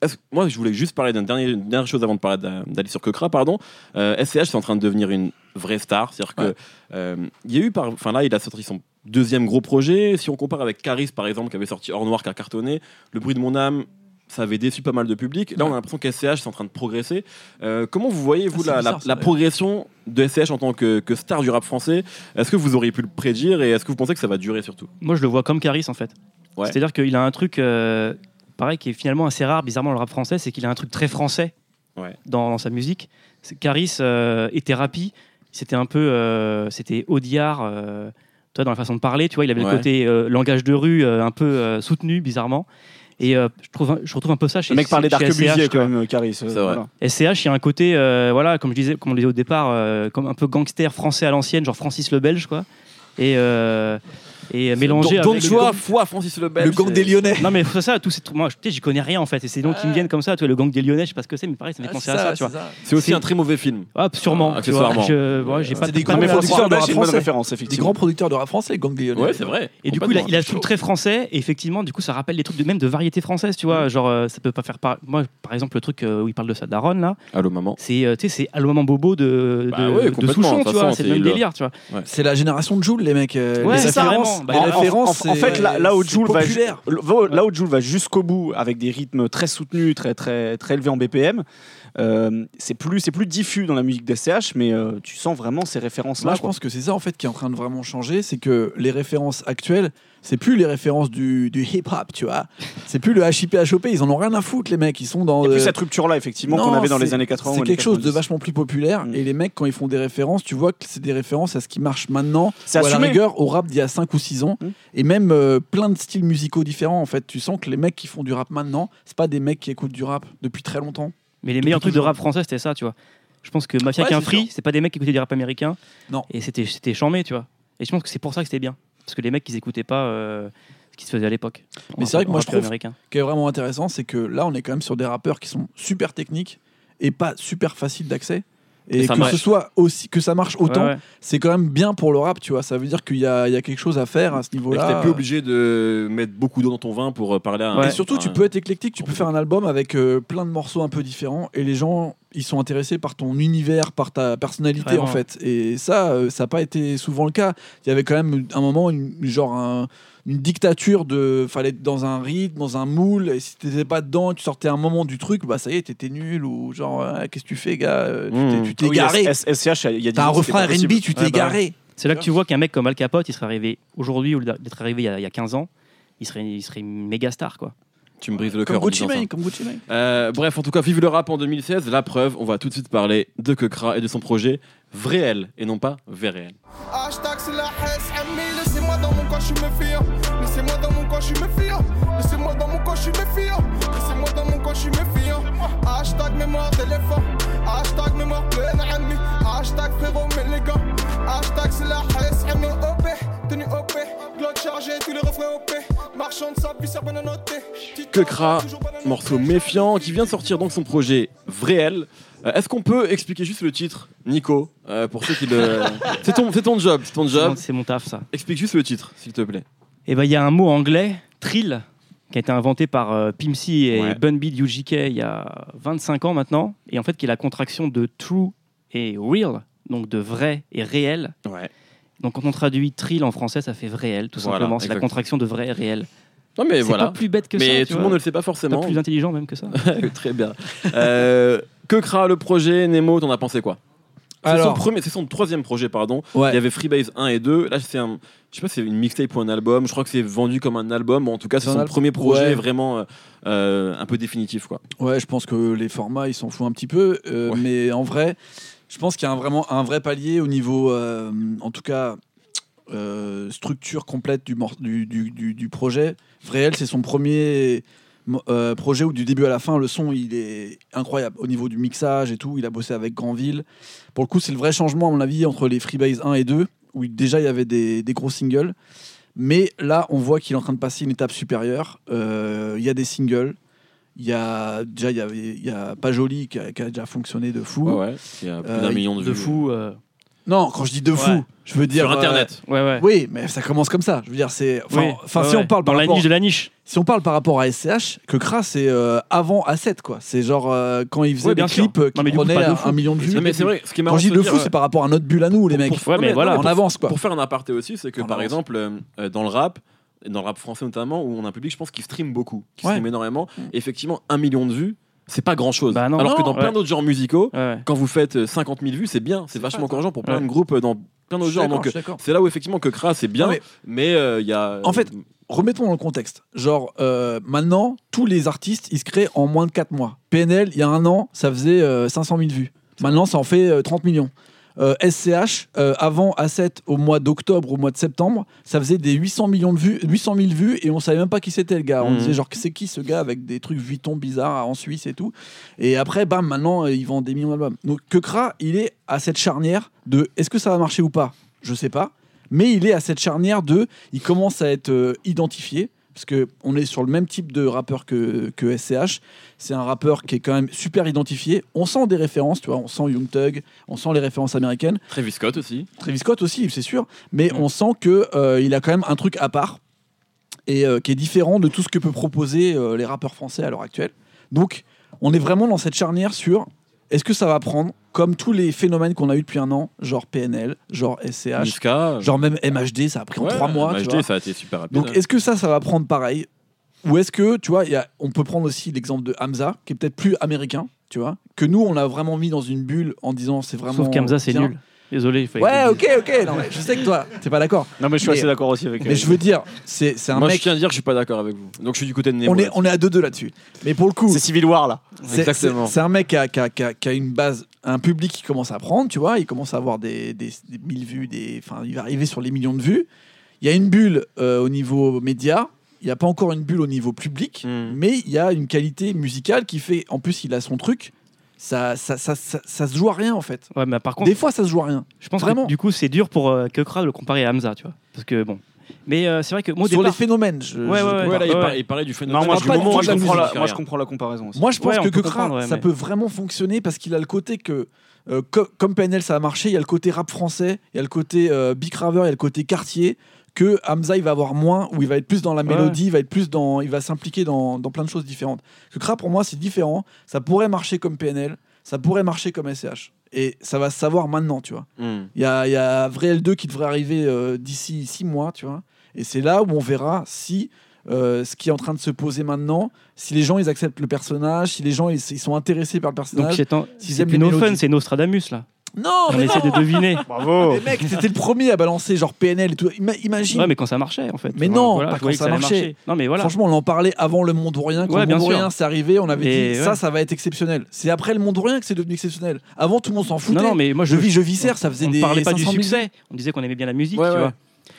[SPEAKER 3] est-ce- Moi, je voulais juste parler d'une dernière, une dernière chose avant de parler d'a- d'aller sur Cocra, pardon. Euh, SCH, c'est en train de devenir une vraie star. C'est-à-dire que
[SPEAKER 1] Ouais.
[SPEAKER 3] euh, il y a eu, par, enfin là, il a sorti son deuxième gros projet. Si on compare avec Caris, par exemple, qui avait sorti Hors Noir, qui a cartonné, Le Bruit de mon âme, ça avait déçu pas mal de public. Là, on a l'impression que SCH, c'est en train de progresser. Euh, comment vous voyez, vous,
[SPEAKER 1] Ah, c'est
[SPEAKER 3] la,
[SPEAKER 1] bizarre,
[SPEAKER 3] la-
[SPEAKER 1] ça,
[SPEAKER 3] la
[SPEAKER 1] ouais.
[SPEAKER 3] progression de SCH en tant que, que star du rap français Est-ce que vous auriez pu le prédire et est-ce que vous pensez que ça va durer surtout
[SPEAKER 2] Moi, je le vois comme Caris en fait.
[SPEAKER 3] Ouais.
[SPEAKER 2] C'est-à-dire qu'il a un truc euh, pareil qui est finalement assez rare, bizarrement, dans le rap français, c'est qu'il a un truc très français
[SPEAKER 3] Ouais.
[SPEAKER 2] dans, dans sa musique. C'est- Caris euh, et Thérapie, c'était un peu, euh, c'était Audiard. euh, toi, dans la façon de parler, tu vois, il avait
[SPEAKER 3] Ouais.
[SPEAKER 2] le côté euh, langage de rue euh, un peu euh, soutenu, bizarrement. Et euh, je, trouve, un- je retrouve un peu ça chez
[SPEAKER 4] Le mec parlait
[SPEAKER 2] chez SCH, quoi.
[SPEAKER 4] d'arquebusier, quand même, euh, Caris. euh,
[SPEAKER 3] C'est vrai.
[SPEAKER 4] voilà.
[SPEAKER 2] SCH, il y a un côté, euh, voilà, comme je disais, comme on le disait au départ, euh, comme un peu gangster français à l'ancienne, genre Francis le Belge, quoi. Et, euh, et mélangé
[SPEAKER 3] Don
[SPEAKER 2] avec.
[SPEAKER 3] Choix, foi Francis Lebel.
[SPEAKER 1] Le gang
[SPEAKER 3] c'est-
[SPEAKER 1] des Lyonnais.
[SPEAKER 2] Non, mais c'est ça, tous ces trucs. Moi, je- tu sais, j'y connais rien en fait. Et c'est donc qui me viennent comme ça, tu vois, le gang des Lyonnais, je sais pas ce que c'est, mais pareil, ça me fait penser à ça, tu vois.
[SPEAKER 3] Ah, C'est aussi
[SPEAKER 2] C'est-
[SPEAKER 3] un très mauvais film.
[SPEAKER 2] Hop, sûrement.
[SPEAKER 3] Ah,
[SPEAKER 2] tu vois.
[SPEAKER 3] accessoirement.
[SPEAKER 2] Je- ouais, j'ai pas
[SPEAKER 1] C'est
[SPEAKER 2] de-
[SPEAKER 1] des
[SPEAKER 2] pas
[SPEAKER 1] grands
[SPEAKER 2] de-
[SPEAKER 4] Mais
[SPEAKER 1] la
[SPEAKER 4] pour le
[SPEAKER 1] victoire
[SPEAKER 4] croire,
[SPEAKER 1] de
[SPEAKER 4] là,
[SPEAKER 1] la
[SPEAKER 4] j'ai une bonne
[SPEAKER 1] français.
[SPEAKER 4] référence,
[SPEAKER 1] Des
[SPEAKER 4] effectivement.
[SPEAKER 1] grands producteurs de rap français, le gang des Lyonnais.
[SPEAKER 3] Ouais, c'est vrai.
[SPEAKER 2] Et du coup, il a, il a ce truc
[SPEAKER 3] Complètement.
[SPEAKER 2] très français. Et effectivement, du coup, ça rappelle les trucs de même de variété française, tu
[SPEAKER 3] Mm.
[SPEAKER 2] vois. Genre, euh, ça peut pas faire. Par... Moi, par exemple, le truc euh, où il parle de sa daronne, là,
[SPEAKER 3] Allô, maman.
[SPEAKER 2] c'est, euh, tu sais, c'est Allô Maman Bobo de, de,
[SPEAKER 3] Bah ouais,
[SPEAKER 2] de
[SPEAKER 3] complètement, de
[SPEAKER 2] Souchon,
[SPEAKER 3] toute
[SPEAKER 2] tu vois.
[SPEAKER 3] façon,
[SPEAKER 2] C'est
[SPEAKER 3] c'est
[SPEAKER 2] le même
[SPEAKER 3] le-
[SPEAKER 2] délire, tu vois.
[SPEAKER 1] C'est la génération de Joule, les mecs. euh,
[SPEAKER 2] Ouais,
[SPEAKER 1] les
[SPEAKER 2] c'est ça,
[SPEAKER 1] références,
[SPEAKER 2] vraiment. Bah,
[SPEAKER 1] les
[SPEAKER 2] il a-
[SPEAKER 1] références,
[SPEAKER 4] en, en- en fait,
[SPEAKER 1] c'est-
[SPEAKER 4] là, là où Jules
[SPEAKER 1] c'est
[SPEAKER 4] va, ju-
[SPEAKER 1] populaire.
[SPEAKER 4] là où Jul va jusqu'au bout avec des rythmes très soutenus, très très très élevés en BPM, euh, c'est plus c'est plus diffus dans la musique d'SCH, mais euh, tu sens vraiment ces références
[SPEAKER 1] Moi,
[SPEAKER 4] là.
[SPEAKER 1] je pense que c'est ça en fait qui est en train de vraiment changer, c'est que les références actuelles, c'est plus les références du, du hip-hop, tu vois. C'est plus le HIP, HOP, ils en ont rien à foutre, les mecs. Ils sont dans.
[SPEAKER 4] Il y a
[SPEAKER 1] euh,
[SPEAKER 4] plus cette rupture là effectivement
[SPEAKER 1] non,
[SPEAKER 4] qu'on avait dans les
[SPEAKER 1] c'est-
[SPEAKER 4] années 80. ou
[SPEAKER 1] C'est
[SPEAKER 4] les
[SPEAKER 1] quelque chose de
[SPEAKER 4] 90.
[SPEAKER 1] vachement plus populaire.
[SPEAKER 4] Mm.
[SPEAKER 1] Et les mecs, quand ils font des références, tu vois que c'est des références à ce qui marche maintenant, ou
[SPEAKER 4] C'est
[SPEAKER 1] à la
[SPEAKER 4] assumé.
[SPEAKER 1] rigueur au rap d'il y a 5 ou 6 ans.
[SPEAKER 4] Mm.
[SPEAKER 1] Et même euh, plein de styles musicaux différents, en fait. Tu sens que les mecs qui font du rap maintenant, c'est pas des mecs qui écoutent du rap depuis très longtemps.
[SPEAKER 2] Mais les meilleurs trucs de
[SPEAKER 1] toujours.
[SPEAKER 2] rap français, c'était ça, tu vois. Je pense que Mafia
[SPEAKER 1] Ouais,
[SPEAKER 2] qu'un
[SPEAKER 1] c'est
[SPEAKER 2] free,
[SPEAKER 1] sûr.
[SPEAKER 2] c'est pas des mecs qui écoutaient du rap américain.
[SPEAKER 1] Non.
[SPEAKER 2] Et c'était c'était chambé, tu vois. Et je pense que c'est pour ça que c'était bien. Parce que les mecs, ils écoutaient pas euh, ce qui se faisait à l'époque.
[SPEAKER 1] Mais
[SPEAKER 2] En-
[SPEAKER 1] c'est vrai que
[SPEAKER 2] en
[SPEAKER 1] moi,
[SPEAKER 2] rap
[SPEAKER 1] je trouve-
[SPEAKER 2] américain.
[SPEAKER 1] Ce qui est vraiment intéressant, c'est que là, on est quand même sur des rappeurs qui sont super techniques et pas super faciles d'accès. Et,
[SPEAKER 3] Et ça
[SPEAKER 1] que
[SPEAKER 3] marche.
[SPEAKER 1] ce soit aussi que ça marche autant,
[SPEAKER 2] Ouais, ouais.
[SPEAKER 1] c'est quand même bien pour le rap, tu vois. Ça veut dire qu'il y, a il y a quelque chose à faire à ce
[SPEAKER 3] Et que
[SPEAKER 1] niveau-là.
[SPEAKER 3] t'es plus obligé de mettre beaucoup d'eau dans ton vin pour euh, parler à un.
[SPEAKER 2] Ouais.
[SPEAKER 1] Et surtout,
[SPEAKER 3] à
[SPEAKER 1] tu
[SPEAKER 3] un-
[SPEAKER 1] peux être éclectique, tu
[SPEAKER 3] on
[SPEAKER 1] peux
[SPEAKER 3] peut
[SPEAKER 1] faire un album avec euh, plein de morceaux un peu différents et les gens, ils sont intéressés par ton univers, par ta personnalité
[SPEAKER 2] Vraiment.
[SPEAKER 1] en fait. Et ça, euh, ça n'a pas été souvent le cas. Il y avait quand même un moment, une, genre un- une dictature de. fallait être dans un rythme, dans un moule, et si t'étais pas dedans, tu sortais un moment du truc, bah ça y est, t'étais nul ou genre, Ah, qu'est-ce que tu fais, gars Euh, tu t'es-
[SPEAKER 3] Mmh.
[SPEAKER 1] Tu t'es
[SPEAKER 4] Oui,
[SPEAKER 1] garé.
[SPEAKER 4] S- SCH, il y a 10
[SPEAKER 1] T'as un
[SPEAKER 4] ans, c'était
[SPEAKER 1] refrain
[SPEAKER 4] pas possible.
[SPEAKER 1] RB, tu t'es
[SPEAKER 2] Ouais, bah ouais.
[SPEAKER 1] garé.
[SPEAKER 2] C'est là que tu vois qu'un mec comme Al Capote, il serait arrivé aujourd'hui, ou d'être arrivé il y, a, il y a 15 ans, il serait, il serait une méga star, quoi.
[SPEAKER 3] Tu me brises le
[SPEAKER 1] Comme
[SPEAKER 3] cœur. en
[SPEAKER 1] Gucci
[SPEAKER 3] disant ça.
[SPEAKER 1] Mane, comme Gucci Mane.
[SPEAKER 3] Euh, bref, en tout cas, vive le rap en 2016. La preuve, on va tout de suite parler de Kekra et de son projet Vréel et non pas Véréel.
[SPEAKER 5] Hashtag c'est la haisse, ami, laissez-moi dans mon coin, je suis méfiant. Laissez-moi dans mon coin, je suis méfiant. Laissez-moi dans mon coin, je suis méfiant. Laissez-moi dans mon coin, je suis méfiant. Hashtag mémoire d'éléphant. Hashtag mémoire pleine, ami. Hashtag frérot, mais les gars. Hashtag c'est la haisse, ami, OP. tenue OP, glock chargé, tous les refrains OP, marchand de sa puis serpent à noter.
[SPEAKER 3] Que cra, morceau méfiant qui vient de sortir donc son projet Vréel. Euh, Est-ce qu'on peut expliquer juste le titre, Nico, euh, pour ceux qui le. *laughs* c'est ton, c'est ton job, c'est ton
[SPEAKER 2] C'est mon-
[SPEAKER 3] job.
[SPEAKER 2] C'est mon taf, ça.
[SPEAKER 3] Explique juste le titre, s'il te plaît.
[SPEAKER 2] Et ben il y a un mot anglais, trill, qui a été inventé par euh, Pimsy et
[SPEAKER 3] Ouais.
[SPEAKER 2] Bun B du UJK il y a 25 ans maintenant, et en fait qui est la contraction de true et real, donc de vrai et réel.
[SPEAKER 3] Ouais.
[SPEAKER 2] Donc quand on traduit trill en français, ça fait réel, tout
[SPEAKER 3] Voilà,
[SPEAKER 2] simplement. C'est la
[SPEAKER 3] exactement.
[SPEAKER 2] contraction de vrai et réel.
[SPEAKER 3] Non mais
[SPEAKER 2] C'est
[SPEAKER 3] voilà.
[SPEAKER 2] pas plus bête que ça.
[SPEAKER 3] Mais
[SPEAKER 2] tu
[SPEAKER 3] tout le
[SPEAKER 2] vois.
[SPEAKER 3] monde ne le sait pas
[SPEAKER 2] C'est
[SPEAKER 3] forcément.
[SPEAKER 2] pas plus intelligent même que ça.
[SPEAKER 3] *laughs* Très bien. Euh, que cra le projet Nemo, t'en as pensé quoi C'est son
[SPEAKER 1] Alors,
[SPEAKER 3] premier, c'est son troisième projet, pardon.
[SPEAKER 1] ouais.
[SPEAKER 3] Il y avait Freebase 1 et 2. Là, c'est un, je sais pas, si c'est une mixtape ou un album. Je crois que c'est vendu comme un album. Bon, en tout cas, c'est
[SPEAKER 1] C'est un
[SPEAKER 3] son
[SPEAKER 1] album.
[SPEAKER 3] premier projet
[SPEAKER 1] Ouais.
[SPEAKER 3] vraiment euh, euh, un peu définitif, quoi.
[SPEAKER 1] Ouais, je pense que les formats, ils s'en foutent un petit peu. euh,
[SPEAKER 3] Ouais.
[SPEAKER 1] Mais en vrai, je pense qu'il y a un, vraiment un vrai palier au niveau, euh, en tout cas, euh, structure complète du, mor- du, du, du- du projet. Vréel, c'est son premier mo- euh, projet où du début à la fin, le son, il est incroyable. Au niveau du mixage et tout, il a bossé avec Granville. Pour le coup, c'est le vrai changement, à mon avis, entre les Freebase 1 et 2, où il- déjà il y avait des, des gros singles. Mais là, on voit qu'il est en train de passer une étape supérieure. Euh, Il y a des singles. Il y a déjà il y avait- il y a pas joli qui a, qui a déjà fonctionné de fou.
[SPEAKER 3] Ouais, ouais. Il y a plus d'un
[SPEAKER 1] Euh,
[SPEAKER 3] million de,
[SPEAKER 2] De
[SPEAKER 3] vues.
[SPEAKER 2] fou. euh,
[SPEAKER 1] Non, quand je dis de fou,
[SPEAKER 2] Ouais.
[SPEAKER 1] je veux dire
[SPEAKER 3] Sur Internet.
[SPEAKER 2] Ouais ouais.
[SPEAKER 1] euh, oui, mais ça commence comme ça. Je veux dire, c'est enfin,
[SPEAKER 2] Oui,
[SPEAKER 1] enfin,
[SPEAKER 2] ouais,
[SPEAKER 1] si
[SPEAKER 2] ouais.
[SPEAKER 1] on parle
[SPEAKER 2] dans
[SPEAKER 1] par
[SPEAKER 2] la
[SPEAKER 1] rapport,
[SPEAKER 2] niche de la niche.
[SPEAKER 1] si on parle par rapport à SCH, que Kras c'est euh, avant A7 quoi. C'est genre euh, quand ils faisaient
[SPEAKER 2] Ouais, bien
[SPEAKER 1] des clips
[SPEAKER 2] sûr.
[SPEAKER 1] euh, qui
[SPEAKER 2] Non, mais du coup,
[SPEAKER 1] prenaient
[SPEAKER 2] pas de
[SPEAKER 1] un,
[SPEAKER 2] fou.
[SPEAKER 1] un million de vues.
[SPEAKER 3] Non, mais c'est vrai. Ce qui est marrant,
[SPEAKER 1] euh, Quand je dis
[SPEAKER 3] de
[SPEAKER 1] de
[SPEAKER 3] dire, euh,
[SPEAKER 1] fou, c'est par rapport à notre bulle à nous les
[SPEAKER 3] pour-
[SPEAKER 1] mecs.
[SPEAKER 3] pour-
[SPEAKER 2] Ouais, mais
[SPEAKER 3] non,
[SPEAKER 2] euh, voilà.
[SPEAKER 3] non,
[SPEAKER 1] en avance quoi.
[SPEAKER 3] Pour faire un aparté aussi, c'est que
[SPEAKER 1] En
[SPEAKER 3] par
[SPEAKER 1] avance.
[SPEAKER 3] exemple, euh, euh, dans le rap, et dans le rap français notamment, où on a un public, je pense, qui stream beaucoup, qui
[SPEAKER 1] Ouais.
[SPEAKER 3] stream énormément, effectivement, un million de vues, c'est pas grand chose.
[SPEAKER 2] Bah non.
[SPEAKER 3] Alors que dans
[SPEAKER 2] Non,
[SPEAKER 3] plein
[SPEAKER 2] ouais.
[SPEAKER 3] d'autres genres musicaux,
[SPEAKER 2] Ouais, ouais.
[SPEAKER 3] quand vous faites euh, 50 000 vues, c'est bien, c'est vachement encourageant pour plein
[SPEAKER 2] Ouais.
[SPEAKER 3] de groupes euh, dans plein
[SPEAKER 1] Je
[SPEAKER 3] d'autres
[SPEAKER 1] suis
[SPEAKER 3] genres.
[SPEAKER 1] d'accord,
[SPEAKER 3] Donc,
[SPEAKER 1] je suis
[SPEAKER 2] euh,
[SPEAKER 1] d'accord.
[SPEAKER 3] c'est là où effectivement que Kras, c'est bien,
[SPEAKER 1] Non, mais-
[SPEAKER 3] mais euh, il y a.
[SPEAKER 1] En fait, remettons dans le contexte. Genre, euh, maintenant, tous les artistes, ils se créent en moins de 4 mois. PNL, il y a un an, ça faisait euh, 500 000 vues. Maintenant, ça en fait euh, 30 millions. Euh, SCH, euh, avant A7, au mois d'octobre, au mois de septembre, ça faisait des 800, millions de vues, 800 000 vues et on savait même pas qui c'était le gars. On
[SPEAKER 3] Mhm.
[SPEAKER 1] disait genre, c'est qui ce gars avec des trucs Vuitton bizarres en Suisse et tout. Et après, bam, maintenant, euh, ils vendent des millions d'albums. Donc, Kekra, il est à cette charnière de est-ce que ça va marcher ou pas Je sais pas. Mais il est à cette charnière de il commence à être euh, identifié parce que on est sur le même type de rappeur que, que SCH. C'est un rappeur qui est quand même super identifié. On sent des références, tu vois, on sent Young Thug, on sent les références américaines.
[SPEAKER 3] Travis Scott aussi.
[SPEAKER 1] Travis Scott aussi, c'est sûr, mais on sent que euh, il a quand même un truc à part et euh, qui est différent de tout ce que peut proposer euh, les rappeurs français à l'heure actuelle. Donc, on est vraiment dans cette charnière sur est-ce que ça va prendre comme tous les phénomènes qu'on a eu depuis un an, genre PNL, genre SCH,
[SPEAKER 3] Niska. euh,
[SPEAKER 1] genre même MHD, ça a pris en
[SPEAKER 3] ouais,
[SPEAKER 1] trois mois. tu
[SPEAKER 3] MHD,
[SPEAKER 1] vois.
[SPEAKER 3] ça a été super rapide.
[SPEAKER 1] Donc est-ce que ça, ça va prendre pareil Ou est-ce que, tu vois, il y a- on peut prendre aussi l'exemple de Hamza, qui est peut-être plus américain, tu vois, que nous, on a vraiment mis dans une bulle en disant c'est vraiment.
[SPEAKER 2] Sauf qu'Amza c'est
[SPEAKER 1] bien.
[SPEAKER 2] nul. Désolé. il fallait que je
[SPEAKER 1] Ouais,
[SPEAKER 2] le
[SPEAKER 1] ok, ok, non, mais je sais que toi, t'es pas d'accord.
[SPEAKER 4] Non, mais je suis
[SPEAKER 1] Mais-
[SPEAKER 4] assez d'accord aussi avec euh,
[SPEAKER 1] Mais je veux dire, c'est c'est un
[SPEAKER 3] Moi, je
[SPEAKER 1] mec.
[SPEAKER 3] tiens à dire que je suis pas d'accord avec vous. Donc, je suis du côté de Nemo.
[SPEAKER 1] On est,
[SPEAKER 3] là-dessus.
[SPEAKER 1] on est à 2-2 là-dessus. Mais pour le coup,
[SPEAKER 4] C'est Civil War là.
[SPEAKER 1] c'est-
[SPEAKER 3] Exactement.
[SPEAKER 1] c'est- c'est un mec qui a, qui a- qui a- qui a une base, un public qui commence à prendre, tu vois. Il commence à avoir des, des, des 1000 vues, des, enfin, il va arriver sur les millions de vues. Il y a une bulle euh, au niveau média. Il n'y a pas encore une bulle au niveau public,
[SPEAKER 3] Mm.
[SPEAKER 1] mais il y a une qualité musicale qui fait. En plus, il a son truc. Ça, ça, ça, ça- ça se joue à rien en fait.
[SPEAKER 2] dise. Ouais, mais par contre,
[SPEAKER 1] Des fois, ça se joue à rien.
[SPEAKER 2] Je pense
[SPEAKER 1] Vraiment.
[SPEAKER 2] que du coup, c'est dur pour euh, Kekra de le comparer à Hamza, tu vois. Parce que bon. Mais euh, c'est vrai que moi, au
[SPEAKER 1] Sur les
[SPEAKER 2] départ,
[SPEAKER 1] phénomènes, je-
[SPEAKER 2] Ouais,
[SPEAKER 1] je
[SPEAKER 2] ouais,
[SPEAKER 1] compare.
[SPEAKER 3] Ouais, là, il,
[SPEAKER 2] Ouais.
[SPEAKER 3] par- il parlait du phénomène.
[SPEAKER 4] Non, moi,
[SPEAKER 1] parle
[SPEAKER 4] je,
[SPEAKER 1] pas du
[SPEAKER 4] moi,
[SPEAKER 1] tout
[SPEAKER 4] je
[SPEAKER 1] de la
[SPEAKER 4] comprends, la,
[SPEAKER 1] musique,
[SPEAKER 4] moi, je comprends la comparaison aussi.
[SPEAKER 1] Moi, je pense
[SPEAKER 2] Ouais, on
[SPEAKER 1] que
[SPEAKER 2] peut
[SPEAKER 1] Kukra,
[SPEAKER 2] comprendre, ouais,
[SPEAKER 1] ça
[SPEAKER 2] mais-
[SPEAKER 1] peut vraiment fonctionner parce qu'il a le côté que, euh, co- comme PNL, ça a marché, il y a le côté rap français, il y a le côté euh, Big Raver, il y a le côté quartier, que Hamza, il va avoir moins, où il va être plus dans la
[SPEAKER 2] Ouais.
[SPEAKER 1] mélodie, il va être plus dans, il va s'impliquer dans, dans plein de choses différentes. Kukra, pour moi, c'est différent. Ça pourrait marcher comme PNL, ça pourrait marcher comme SCH. Et ça va se savoir maintenant, tu vois.
[SPEAKER 3] Hmm.
[SPEAKER 1] Il y a, il y a Vreel 2 qui devrait arriver euh, d'ici six mois, tu vois. Et c'est là où on verra si euh, ce qui est en train de se poser maintenant, si les gens ils acceptent le personnage, si les gens ils, ils sont intéressés par le
[SPEAKER 2] donc
[SPEAKER 1] personnage.
[SPEAKER 2] c'est un-
[SPEAKER 1] S'ils
[SPEAKER 2] c'est
[SPEAKER 1] aiment les
[SPEAKER 2] plus no
[SPEAKER 1] mélodies.
[SPEAKER 2] fun, c'est Nostradamus là.
[SPEAKER 1] non,
[SPEAKER 2] On
[SPEAKER 1] mais
[SPEAKER 2] essaie de
[SPEAKER 1] *laughs*
[SPEAKER 2] deviner.
[SPEAKER 4] Bravo.
[SPEAKER 1] les mecs, c'était le premier à balancer genre PNL et tout. Ima- imagine.
[SPEAKER 2] Ouais, mais quand ça marchait en fait.
[SPEAKER 1] Mais
[SPEAKER 2] Ouais,
[SPEAKER 1] non,
[SPEAKER 2] voilà,
[SPEAKER 1] pas
[SPEAKER 2] je voyais
[SPEAKER 1] quand
[SPEAKER 2] que
[SPEAKER 1] ça
[SPEAKER 2] allait
[SPEAKER 1] marchait.
[SPEAKER 2] marcher. Non, mais voilà.
[SPEAKER 1] Franchement, on en parlait avant le Mondourien. Quand
[SPEAKER 2] Ouais,
[SPEAKER 1] le
[SPEAKER 2] bien
[SPEAKER 1] Mondourien
[SPEAKER 2] sûr.
[SPEAKER 1] c'est arrivé, on avait
[SPEAKER 2] Et
[SPEAKER 1] dit
[SPEAKER 2] ouais.
[SPEAKER 1] ça, ça va être exceptionnel. C'est après le Mondourien que c'est devenu exceptionnel. Avant, tout le monde s'en foutait.
[SPEAKER 2] Non, non, mais moi
[SPEAKER 1] je,
[SPEAKER 2] je,
[SPEAKER 1] vis, je vis serre, ça faisait
[SPEAKER 2] on
[SPEAKER 1] des.
[SPEAKER 2] ne parlait pas du
[SPEAKER 1] 500 000.
[SPEAKER 2] succès. On disait qu'on aimait bien la musique,
[SPEAKER 1] Ouais,
[SPEAKER 2] tu
[SPEAKER 1] ouais.
[SPEAKER 2] vois.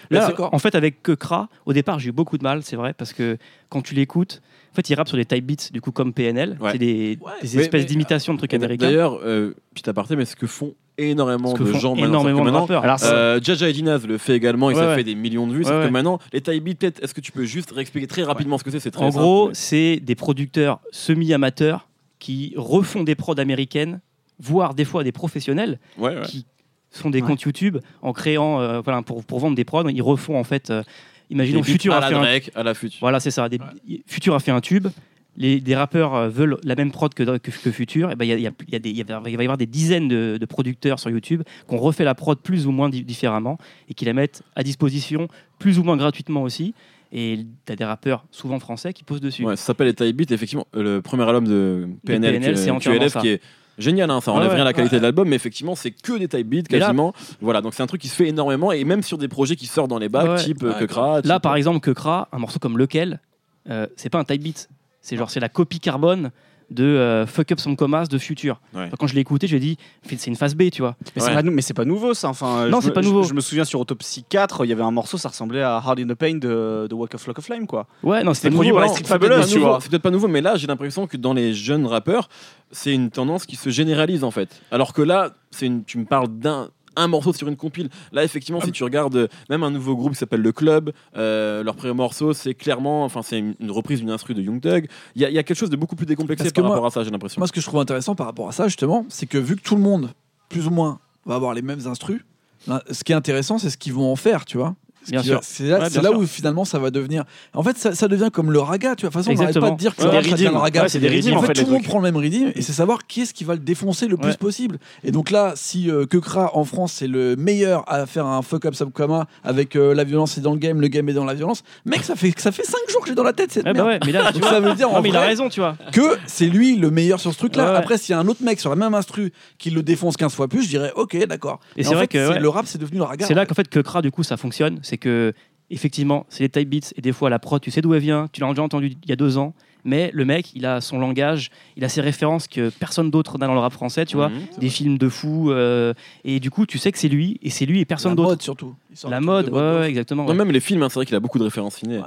[SPEAKER 1] Mais
[SPEAKER 2] Là,
[SPEAKER 1] d'accord.
[SPEAKER 2] en fait, avec Kekra, au départ, j'ai eu beaucoup de mal, c'est vrai, parce que quand tu l'écoutes, en fait, il rappe sur des type beats, du coup, comme PNL.
[SPEAKER 3] Ouais.
[SPEAKER 2] C'est des,
[SPEAKER 1] Ouais.
[SPEAKER 2] des
[SPEAKER 3] Mais-
[SPEAKER 2] espèces
[SPEAKER 3] mais-
[SPEAKER 2] d'imitations de trucs
[SPEAKER 3] Et
[SPEAKER 2] américains.
[SPEAKER 3] D'ailleurs, euh, petit euh, aparté, mais ce que font énormément
[SPEAKER 2] Ce que
[SPEAKER 3] de
[SPEAKER 2] font
[SPEAKER 3] gens
[SPEAKER 2] énormément de
[SPEAKER 3] maintenant.
[SPEAKER 2] rappeurs.
[SPEAKER 4] Alors, c'est-
[SPEAKER 3] Euh, Jaja et Dinaz le fait également et
[SPEAKER 2] Ouais,
[SPEAKER 3] ça
[SPEAKER 2] ouais.
[SPEAKER 3] fait des millions de vues. sauf
[SPEAKER 2] Ouais,
[SPEAKER 3] que
[SPEAKER 2] ouais.
[SPEAKER 3] maintenant, les Taïbi, peut-être, est-ce que tu peux juste réexpliquer très rapidement ce que c'est C'est très
[SPEAKER 2] En
[SPEAKER 3] simple,
[SPEAKER 2] gros,
[SPEAKER 3] mais-
[SPEAKER 2] c'est des producteurs semi-amateurs qui refont des prods américaines, voire des fois des professionnels,
[SPEAKER 3] ouais, ouais.
[SPEAKER 2] qui sont des
[SPEAKER 4] Ouais.
[SPEAKER 2] comptes YouTube en créant, euh, voilà, pour, pour vendre des prods, ils refont en fait. euh, imaginons
[SPEAKER 3] Des beats
[SPEAKER 2] Future
[SPEAKER 3] à
[SPEAKER 2] a
[SPEAKER 3] la
[SPEAKER 2] fait un
[SPEAKER 3] Drake, à la future.
[SPEAKER 2] Voilà, c'est ça. Des, Future a fait un tube. Les, des rappeurs euh, veulent la même prod que, que, que Future. Et ben, il y a- il y a- il y a des- il y a- il va y avoir des dizaines de, de producteurs sur YouTube qu'on refait la prod plus ou moins di- différemment et qui la mettent à disposition plus ou moins gratuitement aussi. Et tu as des rappeurs, souvent français, qui posent dessus.
[SPEAKER 3] Ouais, ça s'appelle les Taille Beat, effectivement. euh, Le premier album de PNL,
[SPEAKER 2] De PNL,
[SPEAKER 3] qui est-
[SPEAKER 2] c'est entièrement
[SPEAKER 3] QLF,
[SPEAKER 2] ça.
[SPEAKER 3] qui est génial, hein, ça
[SPEAKER 2] Ouais,
[SPEAKER 3] enlève
[SPEAKER 2] ouais.
[SPEAKER 3] rien à la qualité de l'album, mais effectivement, c'est que des Taille Beat
[SPEAKER 2] Mais là-
[SPEAKER 3] quasiment. Voilà, donc c'est un truc qui se fait énormément et même sur des projets qui sortent dans les bacs,
[SPEAKER 2] Ouais, ouais.
[SPEAKER 3] type euh,
[SPEAKER 1] Ouais,
[SPEAKER 3] Kekra.
[SPEAKER 2] Là,
[SPEAKER 3] type-
[SPEAKER 2] par exemple, que Kra, un morceau comme lequel, euh, c'est pas un type beat. C'est genre, c'est la copie carbone de euh, Fuck Up Some Commas de Future.
[SPEAKER 3] Ouais.
[SPEAKER 2] Quand je l'ai écouté, j'ai dit, c'est une phase B, tu vois.
[SPEAKER 4] Mais
[SPEAKER 3] Ouais.
[SPEAKER 4] c'est pas, nou- mais c'est pas nouveau ça. Enfin, euh,
[SPEAKER 2] Non,
[SPEAKER 4] je
[SPEAKER 2] c'est
[SPEAKER 4] me-
[SPEAKER 2] pas
[SPEAKER 4] je-
[SPEAKER 2] nouveau.
[SPEAKER 4] Je, me souviens sur Autopsy 4, il y avait un morceau, ça ressemblait à Hard in the Pain de, de Walk of Flock of Flame quoi.
[SPEAKER 2] Ouais, non,
[SPEAKER 4] C'était
[SPEAKER 2] c'était
[SPEAKER 4] produit
[SPEAKER 2] nouveau.
[SPEAKER 4] par les
[SPEAKER 2] Non,
[SPEAKER 4] Street
[SPEAKER 3] C'est peut-être
[SPEAKER 4] Fabulous,
[SPEAKER 3] pas
[SPEAKER 4] tu
[SPEAKER 3] nouveau,
[SPEAKER 4] vois.
[SPEAKER 3] c'est peut-être pas nouveau, mais là, j'ai l'impression que dans les jeunes rappeurs, c'est une tendance qui se généralise en fait. Alors que là, c'est une, tu me parles d'un un morceau sur une compile. Là, effectivement, si tu regardes euh, même un nouveau groupe qui s'appelle Le Club, euh, leur premier morceau, c'est clairement, enfin, c'est une, une reprise d'une instru de Young Thug. Il y, a- il y a quelque chose de beaucoup plus décomplexé
[SPEAKER 1] Parce que
[SPEAKER 3] par
[SPEAKER 1] moi-
[SPEAKER 3] rapport à ça, j'ai l'impression.
[SPEAKER 1] Moi, ce que je trouve intéressant par rapport à ça, justement, c'est que vu que tout le monde, plus ou moins, va avoir les mêmes instrus, là, ce qui est intéressant, c'est ce qu'ils vont en faire, tu vois. Ce
[SPEAKER 2] Bien
[SPEAKER 1] qui
[SPEAKER 2] sûr.
[SPEAKER 1] va- C'est là,
[SPEAKER 2] Ouais,
[SPEAKER 1] c'est
[SPEAKER 2] bien
[SPEAKER 1] là
[SPEAKER 2] sûr.
[SPEAKER 1] où finalement ça va devenir. En fait, ça, ça devient comme le raga, tu vois. De toute façon, on n'arrête pas
[SPEAKER 2] Exactement.
[SPEAKER 1] de dire que
[SPEAKER 2] Ouais,
[SPEAKER 1] le
[SPEAKER 2] des
[SPEAKER 1] rap, ça devient
[SPEAKER 4] rythmes.
[SPEAKER 1] le raga.
[SPEAKER 4] Ouais, c'est des
[SPEAKER 1] En fait,
[SPEAKER 4] rythmes, en fait,
[SPEAKER 1] tout
[SPEAKER 4] les
[SPEAKER 1] le monde
[SPEAKER 4] trucs.
[SPEAKER 1] prend le même rythme et c'est savoir qui est-ce qui va le défoncer le
[SPEAKER 2] Ouais.
[SPEAKER 1] plus possible. Et donc là, si euh, Kekra en France c'est le meilleur à faire un fuck up subcoma avec euh, la violence est dans le game, le game est dans la violence, mec, ça fait ça fait 5 jours que j'ai dans la tête cette
[SPEAKER 2] Ouais, bah
[SPEAKER 1] merde.
[SPEAKER 2] ouais,
[SPEAKER 1] *laughs*
[SPEAKER 2] mais là, tu
[SPEAKER 1] Donc
[SPEAKER 2] vois,
[SPEAKER 1] ça veut dire
[SPEAKER 2] non,
[SPEAKER 1] en
[SPEAKER 2] mais il a
[SPEAKER 1] vrai,
[SPEAKER 2] raison, tu vois.
[SPEAKER 1] que c'est lui le meilleur sur ce truc-là.
[SPEAKER 2] Ouais, ouais.
[SPEAKER 1] Après, s'il y a un autre mec sur la même instru qui le défonce 15 fois plus, je dirais ok, d'accord.
[SPEAKER 2] Et
[SPEAKER 1] Mais
[SPEAKER 2] c'est
[SPEAKER 1] en
[SPEAKER 2] vrai
[SPEAKER 1] fait,
[SPEAKER 2] que, ouais.
[SPEAKER 1] le rap, c'est devenu le regard.
[SPEAKER 2] C'est là qu'en fait que Kra du coup ça fonctionne, c'est que effectivement c'est les type beats et des fois la prod tu sais d'où elle vient, tu l'as déjà entendu il y a deux ans, mais le mec il a son langage, il a ses références que personne d'autre n'a dans le rap français, tu vois,
[SPEAKER 3] Mhm.
[SPEAKER 2] des films de fous euh, et du coup tu sais que c'est lui et c'est lui et
[SPEAKER 1] la
[SPEAKER 2] personne d'autre.
[SPEAKER 1] mode surtout. Il sort
[SPEAKER 2] La
[SPEAKER 1] un truc
[SPEAKER 2] mode,
[SPEAKER 1] de
[SPEAKER 2] ouais,
[SPEAKER 1] mode.
[SPEAKER 2] ouais, exactement.
[SPEAKER 3] Non,
[SPEAKER 2] ouais.
[SPEAKER 3] même les films, hein, c'est vrai qu'il a beaucoup de références ciné.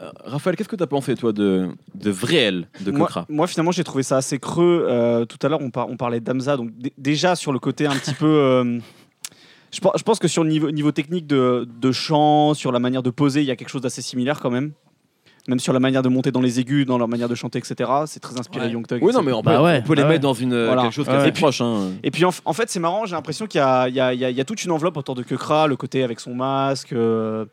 [SPEAKER 3] Euh, Raphaël, qu'est-ce que t'as pensé, toi, de, de Vréel, de
[SPEAKER 4] moi,
[SPEAKER 3] Kokra
[SPEAKER 4] moi, finalement j'ai trouvé ça assez creux. Euh, tout à l'heure on, par- on parlait d'Amza, donc d- déjà sur le côté un petit peu... euh, je, pe- je pense que sur le niveau, niveau technique de, de chant, sur la manière de poser, il y a quelque chose d'assez similaire quand même. Même sur la manière de monter dans les aigus, dans leur manière de chanter, etc. C'est très inspiré
[SPEAKER 1] Ouais.
[SPEAKER 4] Young Thug.
[SPEAKER 3] Oui, non,
[SPEAKER 4] etc.
[SPEAKER 3] mais on peut,
[SPEAKER 2] Bah ouais,
[SPEAKER 3] on peut les
[SPEAKER 2] bah ouais.
[SPEAKER 3] mettre dans une, euh,
[SPEAKER 4] Voilà.
[SPEAKER 3] quelque chose qui est
[SPEAKER 2] Ouais.
[SPEAKER 3] assez proche. hein.
[SPEAKER 4] Et puis en, f- en fait, c'est marrant, j'ai l'impression qu'il y a, il y a- il y a- il y a toute une enveloppe autour de Kekra, le côté avec son masque. euh,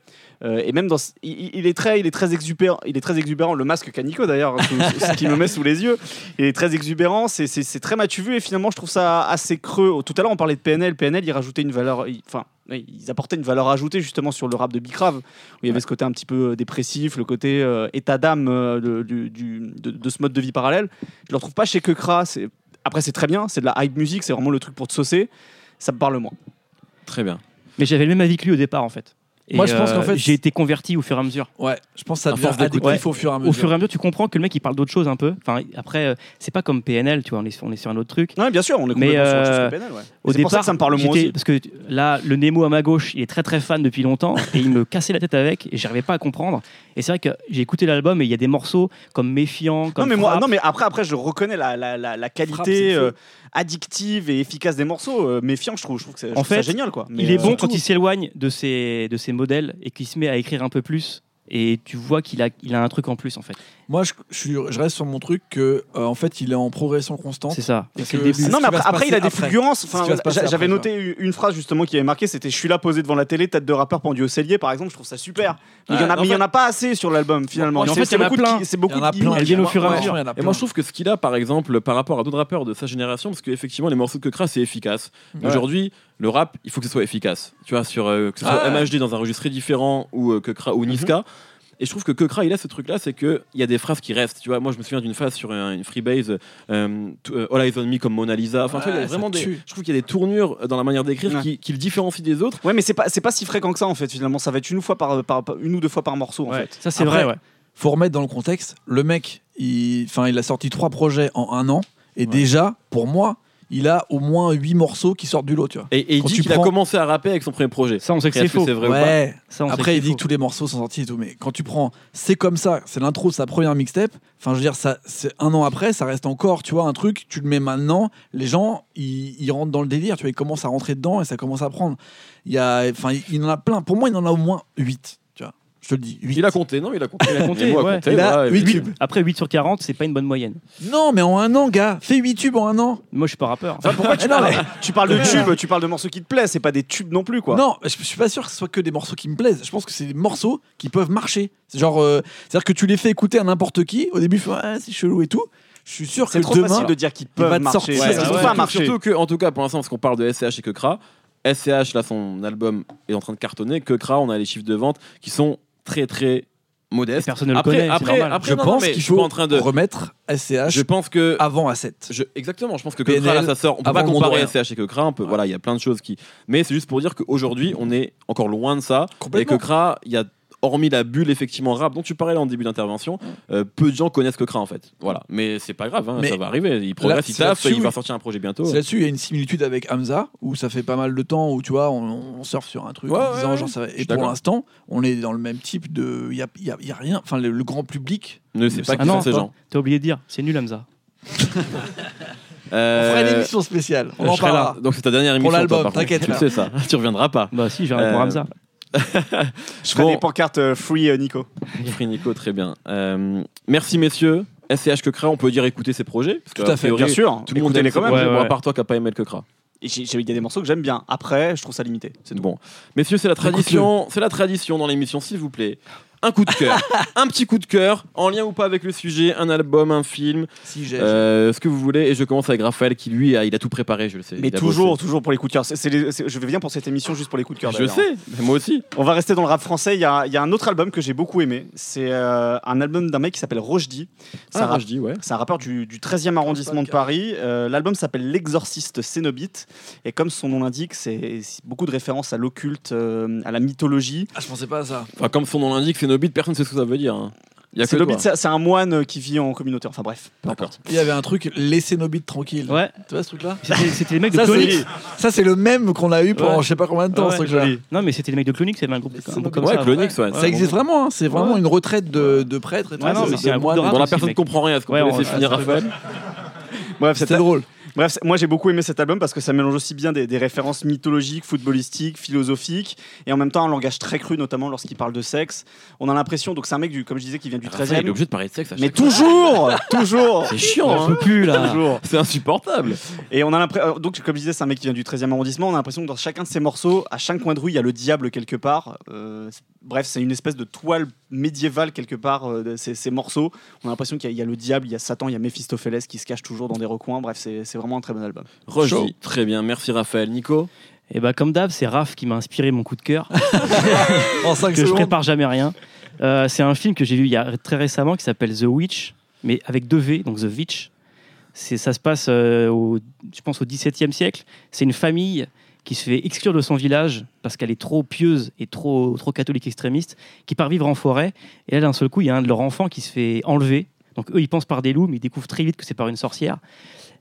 [SPEAKER 4] euh, et même dans. ce- Il, il est très, il, est très exubérant, il est très exubérant, le masque qu'a Nico d'ailleurs, hein, sous- ce qui me met sous les yeux. Il est très exubérant, c'est- c'est c'est très matu vu et finalement, je trouve ça assez creux. Tout à l'heure, on parlait de PNL. PNL, il rajoutait une valeur. il- Enfin. oui, Ils apportaient une valeur ajoutée justement sur le rap de Bicrave, où il y avait ce côté un petit peu euh, dépressif, le côté euh, état d'âme euh, de, du- du- de- de ce mode de vie parallèle. Je le retrouve pas chez Kekra, c'est après, c'est très bien, c'est de la hype musique, c'est vraiment le truc pour te saucer. Ça me parle moins.
[SPEAKER 3] Très bien.
[SPEAKER 2] Mais j'avais le même avis que lui au départ en fait. Et, euh,
[SPEAKER 1] Moi, je pense qu'en fait,
[SPEAKER 2] j'ai été converti au fur et à mesure.
[SPEAKER 1] Ouais, je pense que ça
[SPEAKER 3] À
[SPEAKER 1] devient
[SPEAKER 3] force d'écouter.
[SPEAKER 1] addictif au fur et à
[SPEAKER 2] Au fur
[SPEAKER 1] mesure.
[SPEAKER 2] et à mesure, tu comprends que le mec il parle d'autre chose un peu. Enfin, après, euh, c'est pas comme PNL, tu vois, on est sur, on est sur un autre truc.
[SPEAKER 4] Non, bien sûr, on est
[SPEAKER 2] Mais,
[SPEAKER 4] complètement sur autre chose
[SPEAKER 2] euh,
[SPEAKER 4] que PNL, ouais.
[SPEAKER 2] Au
[SPEAKER 4] C'est
[SPEAKER 2] départ,
[SPEAKER 4] pour ça que ça me parle moins
[SPEAKER 2] j'étais-
[SPEAKER 4] aussi.
[SPEAKER 2] Parce que là, le Nemo à ma gauche, il est très très fan depuis longtemps et
[SPEAKER 4] *laughs*
[SPEAKER 2] il me cassait la tête avec et j'arrivais pas à comprendre. Et c'est vrai que j'ai écouté l'album et il y a des morceaux comme Méfiant, comme.
[SPEAKER 4] Non mais, moi,
[SPEAKER 2] Frappe.
[SPEAKER 4] non, mais après, après, je reconnais la, la, la, la
[SPEAKER 1] Frappe, c'est
[SPEAKER 4] qualité
[SPEAKER 1] fou.
[SPEAKER 4] euh, addictive et efficace des morceaux. euh, méfiant, je trouve, je trouve que c'est je
[SPEAKER 2] En
[SPEAKER 4] trouve ça
[SPEAKER 2] fait,
[SPEAKER 4] génial. Quoi. Mais,
[SPEAKER 2] il est
[SPEAKER 4] euh,
[SPEAKER 2] bon quand il s'éloigne de ses, de ses modèles et qu'il se met à écrire un peu plus. Et tu vois qu'il a, il a un truc en plus en fait.
[SPEAKER 1] Moi, je, je suis- je reste sur mon truc que euh, en fait, il est en progression constante.
[SPEAKER 2] C'est ça.
[SPEAKER 1] Parce
[SPEAKER 2] C'est le
[SPEAKER 1] que
[SPEAKER 2] début.
[SPEAKER 1] c'est-
[SPEAKER 4] Ah Non,
[SPEAKER 1] ce
[SPEAKER 4] mais
[SPEAKER 1] qui va
[SPEAKER 4] après,
[SPEAKER 1] se
[SPEAKER 4] après, il a des
[SPEAKER 1] passer après.
[SPEAKER 4] fulgurances.
[SPEAKER 1] C'est ce qui va
[SPEAKER 4] Enfin,
[SPEAKER 1] se passer
[SPEAKER 4] j'a- J'avais
[SPEAKER 1] après,
[SPEAKER 4] noté une- une phrase justement qui avait marqué c'était Je suis là posé devant la télé, tête de rappeur pendu au cellier, par exemple. Je trouve ça super. Mais il y en
[SPEAKER 3] Ouais, en
[SPEAKER 4] a- mais il y
[SPEAKER 3] fait-
[SPEAKER 4] en a pas assez sur l'album finalement.
[SPEAKER 2] En
[SPEAKER 4] C'est-
[SPEAKER 2] fait, il y
[SPEAKER 4] c'est
[SPEAKER 2] en a
[SPEAKER 4] beaucoup de
[SPEAKER 2] plein.
[SPEAKER 4] qui- C'est
[SPEAKER 1] Il
[SPEAKER 4] beaucoup
[SPEAKER 1] y en a
[SPEAKER 4] de
[SPEAKER 1] plein.
[SPEAKER 4] gimmicks.
[SPEAKER 2] Elles viennent au fur et à
[SPEAKER 1] Ouais,
[SPEAKER 2] mesure.
[SPEAKER 1] il y en a
[SPEAKER 3] Et moi,
[SPEAKER 1] Ah, plein.
[SPEAKER 3] je trouve que ce qu'il a, par exemple, par rapport à d'autres rappeurs de sa génération, parce qu'effectivement, les morceaux de Kekra, c'est efficace.
[SPEAKER 1] Ouais.
[SPEAKER 3] Aujourd'hui, le rap, il faut que ce soit efficace. Tu vois, sur, euh, que ce soit
[SPEAKER 1] Ah ouais. Mhm.
[SPEAKER 3] MHD dans un registre très différent ou euh, Kekra ou Niska. Et je trouve que Kekra, il a ce truc-là, c'est qu'il y a des phrases qui restent. Tu vois, moi, je me souviens d'une phase sur un- une freebase, euh, to- euh, All Eyes on Me comme Mona Lisa. Enfin, tu vois, il y
[SPEAKER 1] Ouais,
[SPEAKER 3] a
[SPEAKER 1] ça
[SPEAKER 3] vraiment des-
[SPEAKER 1] tue.
[SPEAKER 3] je trouve qu'il y a des tournures euh, dans la manière d'écrire
[SPEAKER 4] Ouais.
[SPEAKER 3] qui, qui le différencient des autres.
[SPEAKER 4] Ouais, mais c'est pas, c'est pas si fréquent que ça en fait finalement. Ça va être une, fois par, par- par- une ou deux fois par morceau en
[SPEAKER 2] Ouais.
[SPEAKER 4] fait.
[SPEAKER 2] Ça c'est
[SPEAKER 1] Après,
[SPEAKER 2] vrai, ouais.
[SPEAKER 1] faut remettre dans le contexte, le mec, il, enfin, il a sorti trois projets en un an, et déjà, pour moi, il a au moins 8 morceaux qui sortent du lot, tu vois.
[SPEAKER 3] Et, et il
[SPEAKER 1] Quand
[SPEAKER 3] dit
[SPEAKER 1] tu
[SPEAKER 3] qu'il a
[SPEAKER 1] prends-
[SPEAKER 3] commencé à rapper avec son premier projet.
[SPEAKER 2] Ça, on sait que
[SPEAKER 3] Et est-ce
[SPEAKER 2] c'est faux.
[SPEAKER 3] C'est vrai ou pas
[SPEAKER 1] Ouais.
[SPEAKER 2] Ça, on sait
[SPEAKER 1] Après,
[SPEAKER 2] que
[SPEAKER 1] il
[SPEAKER 2] c'est
[SPEAKER 1] dit
[SPEAKER 2] faux.
[SPEAKER 1] que tous les morceaux sont sortis et tout, mais quand tu prends C'est comme ça, c'est l'intro de sa première mixtape, enfin, je veux dire, ça, c'est un an après, ça reste encore, tu vois, un truc, tu le mets maintenant, les gens, ils, ils rentrent dans le délire, tu vois, ils commencent à rentrer dedans et ça commence à prendre. Il y a, enfin, il- il en a plein. Pour moi, il en a au moins 8, tu vois. Je te le dis, 8.
[SPEAKER 3] Il a compté, non Il a compté.
[SPEAKER 2] Il a compté,
[SPEAKER 3] Et moi,
[SPEAKER 2] ouais.
[SPEAKER 3] compté,
[SPEAKER 1] Il a
[SPEAKER 3] voilà, et
[SPEAKER 1] huit
[SPEAKER 3] puis-
[SPEAKER 1] tubes.
[SPEAKER 2] Après, 8 sur 40, c'est pas une bonne moyenne.
[SPEAKER 1] Non, mais en un an, gars, fais 8 tubes en un an.
[SPEAKER 2] Moi, je suis pas rappeur.
[SPEAKER 1] pourquoi tu *laughs* non, mais-
[SPEAKER 4] Tu parles de
[SPEAKER 1] Ouais.
[SPEAKER 4] tubes, tu parles de morceaux qui te plaisent, c'est pas des tubes non plus quoi.
[SPEAKER 1] Non, je, je suis pas sûr que ce soit que des morceaux qui me plaisent. Je pense que c'est des morceaux qui peuvent marcher. C'est genre, euh, c'est-à-dire que tu les fais écouter à n'importe qui. Au début, il fait, ah, c'est chelou et tout. Je suis sûr que
[SPEAKER 4] C'est trop
[SPEAKER 1] demain,
[SPEAKER 4] facile de dire qu'ils
[SPEAKER 1] va
[SPEAKER 4] peuvent
[SPEAKER 1] te
[SPEAKER 4] marcher.
[SPEAKER 1] sortir.
[SPEAKER 4] parce
[SPEAKER 1] Ouais,
[SPEAKER 4] qu'ils
[SPEAKER 1] ouais,
[SPEAKER 4] ont
[SPEAKER 1] ouais.
[SPEAKER 4] pas marché.
[SPEAKER 3] Surtout bah que, en tout cas, pour l'instant, parce qu'on parle de SCH et que Kra, SCH, là, son album est en train de cartonner. Que Kra, on a les chiffres de vente qui sont très, très modestes.
[SPEAKER 2] Personne ne le
[SPEAKER 3] Après-
[SPEAKER 2] connaît, c'est
[SPEAKER 3] après-
[SPEAKER 2] normal.
[SPEAKER 3] après-
[SPEAKER 1] je
[SPEAKER 3] non, non,
[SPEAKER 1] pense
[SPEAKER 3] mais
[SPEAKER 1] qu'il
[SPEAKER 3] je suis pas
[SPEAKER 1] faut
[SPEAKER 3] en train de-
[SPEAKER 1] remettre SCH
[SPEAKER 3] Je pense que.
[SPEAKER 1] avant A7.
[SPEAKER 3] je- exactement, je pense que, que
[SPEAKER 1] PNL,
[SPEAKER 3] Kra, là, ça sort. On peut pas
[SPEAKER 1] avant
[SPEAKER 3] comparer
[SPEAKER 1] Mondorian.
[SPEAKER 3] SCH et que Kra, on peut, voilà, il y a plein de choses qui. Mais c'est juste pour dire qu'aujourd'hui, on est encore loin de ça. Et que
[SPEAKER 1] Complètement.
[SPEAKER 3] Kra, il y a. Hormis la bulle effectivement rap dont tu parlais là en début d'intervention, euh, peu de gens connaissent que Kra en fait. Voilà, mais c'est pas grave, hein,
[SPEAKER 1] Mais
[SPEAKER 3] ça va arriver. Il progresse, il
[SPEAKER 1] c'est
[SPEAKER 3] taffe,
[SPEAKER 1] là-dessus,
[SPEAKER 3] il va
[SPEAKER 1] oui.
[SPEAKER 3] sortir un projet bientôt.
[SPEAKER 1] C'est là-dessus, il y a une similitude avec Hamza, où ça fait pas mal de temps, où tu vois, on, on surfe sur un truc
[SPEAKER 3] Ouais,
[SPEAKER 1] en
[SPEAKER 3] ouais,
[SPEAKER 1] disant,
[SPEAKER 3] ouais.
[SPEAKER 1] genre, ça va-
[SPEAKER 3] Je suis
[SPEAKER 1] Et pour
[SPEAKER 3] d'accord.
[SPEAKER 1] l'instant, on est dans le même type de. Il y a, il y a- il y a rien. Enfin, le, le grand public.
[SPEAKER 3] Ne sais pas
[SPEAKER 1] Ah
[SPEAKER 3] qui
[SPEAKER 2] non,
[SPEAKER 3] sont ces gens.
[SPEAKER 2] T'as oublié de dire, c'est nul, Hamza.
[SPEAKER 1] On fera une
[SPEAKER 3] Euh,
[SPEAKER 1] émission spéciale. On
[SPEAKER 3] je
[SPEAKER 1] en
[SPEAKER 3] serai
[SPEAKER 1] parlera.
[SPEAKER 3] là. Donc c'est ta dernière émission.
[SPEAKER 1] Pour l'album,
[SPEAKER 3] toi, par contre.
[SPEAKER 1] t'inquiète
[SPEAKER 3] Tu
[SPEAKER 1] pas.
[SPEAKER 3] sais ça, tu reviendras pas.
[SPEAKER 2] Bah, si, j'ai un pour
[SPEAKER 3] Euh,
[SPEAKER 2] Hamza.
[SPEAKER 4] Je ferai
[SPEAKER 3] Bon.
[SPEAKER 4] des pancartes euh, free euh, Nico.
[SPEAKER 3] Free Nico, très bien. Euh, merci messieurs. SCH Quecra, on peut dire écouter ses projets. Parce que,
[SPEAKER 1] Tout à
[SPEAKER 3] a
[SPEAKER 1] fait,
[SPEAKER 3] priori,
[SPEAKER 4] Bien sûr.
[SPEAKER 3] Tout le monde aime
[SPEAKER 4] les
[SPEAKER 3] ses
[SPEAKER 4] quand même.
[SPEAKER 3] projets,
[SPEAKER 2] Ouais,
[SPEAKER 3] bon, à
[SPEAKER 2] ouais.
[SPEAKER 3] part toi qui n'as pas aimé le Quecra.
[SPEAKER 4] Et j'ai- j'ai- Il y a des morceaux que j'aime bien. Après, je trouve ça limité.
[SPEAKER 3] C'est bon. Messieurs, c'est la
[SPEAKER 1] Écoute-le.
[SPEAKER 3] tradition. C'est la tradition dans l'émission, s'il vous plaît. Un coup de
[SPEAKER 1] *laughs*
[SPEAKER 3] cœur, un petit coup de cœur, en lien ou pas avec le sujet, un album, un film,
[SPEAKER 1] Si j'ai.
[SPEAKER 3] euh, ce que vous voulez. Et je commence avec Raphaël qui lui, a, il a tout préparé, je le sais.
[SPEAKER 4] Mais
[SPEAKER 3] Il a
[SPEAKER 4] toujours,
[SPEAKER 3] bossé.
[SPEAKER 4] toujours pour les coups de cœur. C'est- c'est les- c'est- je viens pour cette émission juste pour les coups de cœur.
[SPEAKER 3] Je
[SPEAKER 4] d'ailleurs.
[SPEAKER 3] sais, mais moi aussi.
[SPEAKER 4] On va rester dans le rap français. Il y a, il y a un autre album que j'ai beaucoup aimé. C'est euh, un album d'un mec qui s'appelle Rochdi. C'est un
[SPEAKER 3] Ça,
[SPEAKER 4] rap-
[SPEAKER 3] Ah, je dis, ouais.
[SPEAKER 4] C'est un rappeur du, du 13e arrondissement de Paris. Euh, L'album s'appelle L'Exorciste Cénobite. Et comme son nom l'indique, c'est c'est beaucoup de références à l'occulte, euh, à la mythologie.
[SPEAKER 1] Ah, je pensais pas à ça.
[SPEAKER 3] Enfin, comme son nom l'indique, Cénobite, personne ne sait ce que ça veut dire. hein. Il y a que toi.
[SPEAKER 4] Cénobite, c'est c'est un moine euh, qui vit en communauté. Enfin bref.
[SPEAKER 3] D'accord.
[SPEAKER 1] Il y avait un truc, laissez nos bites tranquilles.
[SPEAKER 2] Ouais,
[SPEAKER 1] Tu vois ce truc-là
[SPEAKER 2] c'était c'était les mecs de
[SPEAKER 1] Ça, c'est-
[SPEAKER 2] Clonix.
[SPEAKER 1] Ça, c'est le même qu'on a eu pendant
[SPEAKER 2] Ouais.
[SPEAKER 1] je sais pas combien de temps,
[SPEAKER 2] Ouais,
[SPEAKER 1] ce truc-là.
[SPEAKER 4] joli.
[SPEAKER 2] Non, mais c'était les mecs de Clonix, c'était un groupe un groupe comme
[SPEAKER 3] Ouais,
[SPEAKER 2] ça.
[SPEAKER 3] Clonix, ouais.
[SPEAKER 1] Ça existe vraiment, hein, c'est vraiment
[SPEAKER 2] Ouais.
[SPEAKER 1] une retraite de, de prêtres et tout.
[SPEAKER 2] Ouais, non,
[SPEAKER 1] c'est
[SPEAKER 2] mais
[SPEAKER 1] ça,
[SPEAKER 2] c'est un groupe de
[SPEAKER 1] moines.
[SPEAKER 2] rap.
[SPEAKER 3] Bon, la
[SPEAKER 2] aussi,
[SPEAKER 3] personne
[SPEAKER 2] mec.
[SPEAKER 3] comprend rien. Est-ce qu'on
[SPEAKER 2] Ouais,
[SPEAKER 3] peut
[SPEAKER 2] on-
[SPEAKER 3] laisser finir
[SPEAKER 1] ouais,
[SPEAKER 3] Raphaël
[SPEAKER 4] Bref, cet
[SPEAKER 1] C'était drôle.
[SPEAKER 4] Bref, c'est- moi j'ai beaucoup aimé cet album parce que ça mélange aussi bien des, des références mythologiques, footballistiques, philosophiques et en même temps un langage très cru, notamment lorsqu'il parle de sexe. On a l'impression, donc c'est un mec, du, comme je disais, qui vient du
[SPEAKER 3] Ah, Raphaël, il est
[SPEAKER 4] 13e.
[SPEAKER 3] obligé de parler de sexe à
[SPEAKER 4] Mais
[SPEAKER 3] chaque
[SPEAKER 4] toujours Toujours
[SPEAKER 3] C'est
[SPEAKER 1] *laughs*
[SPEAKER 2] On
[SPEAKER 3] chiant, hein.
[SPEAKER 2] peut plus, là.
[SPEAKER 4] Toujours
[SPEAKER 3] C'est insupportable.
[SPEAKER 4] Et on a l'impression, donc comme je disais, c'est un mec qui vient du 13e arrondissement, on a l'impression que dans chacun de ses morceaux, à chaque coin de rue, il y a le diable quelque part. Euh, c'est- bref, c'est une espèce de toile médiévale quelque part, euh, de ces, ces morceaux. On a l'impression qu'il y, a- il y a le diable, il y a Satan, il y a Méphistophélès qui se cache toujours dans des recoins. Bref, c'est c'est vraiment un très bon album.
[SPEAKER 1] Chaud.
[SPEAKER 3] Roger, très bien. Merci Raphaël.
[SPEAKER 1] *laughs*
[SPEAKER 3] Nico
[SPEAKER 2] Et bah, comme d'hab, c'est Raph qui m'a inspiré mon coup de cœur.
[SPEAKER 1] En 5
[SPEAKER 2] que je
[SPEAKER 1] secondes.
[SPEAKER 2] prépare jamais rien. Euh, c'est un film que j'ai vu il y a très récemment qui s'appelle The Witch, mais avec deux V, donc The Witch. C'est, ça se passe, euh, au, je pense, au XVIIe siècle. C'est une famille qui se fait exclure de son village parce qu'elle est trop pieuse et trop, trop catholique extrémiste, qui part vivre en forêt. Et là, d'un seul coup, il y a un de leurs enfants qui se fait enlever. Donc eux, ils pensent par des loups, mais ils découvrent très vite que c'est par une sorcière.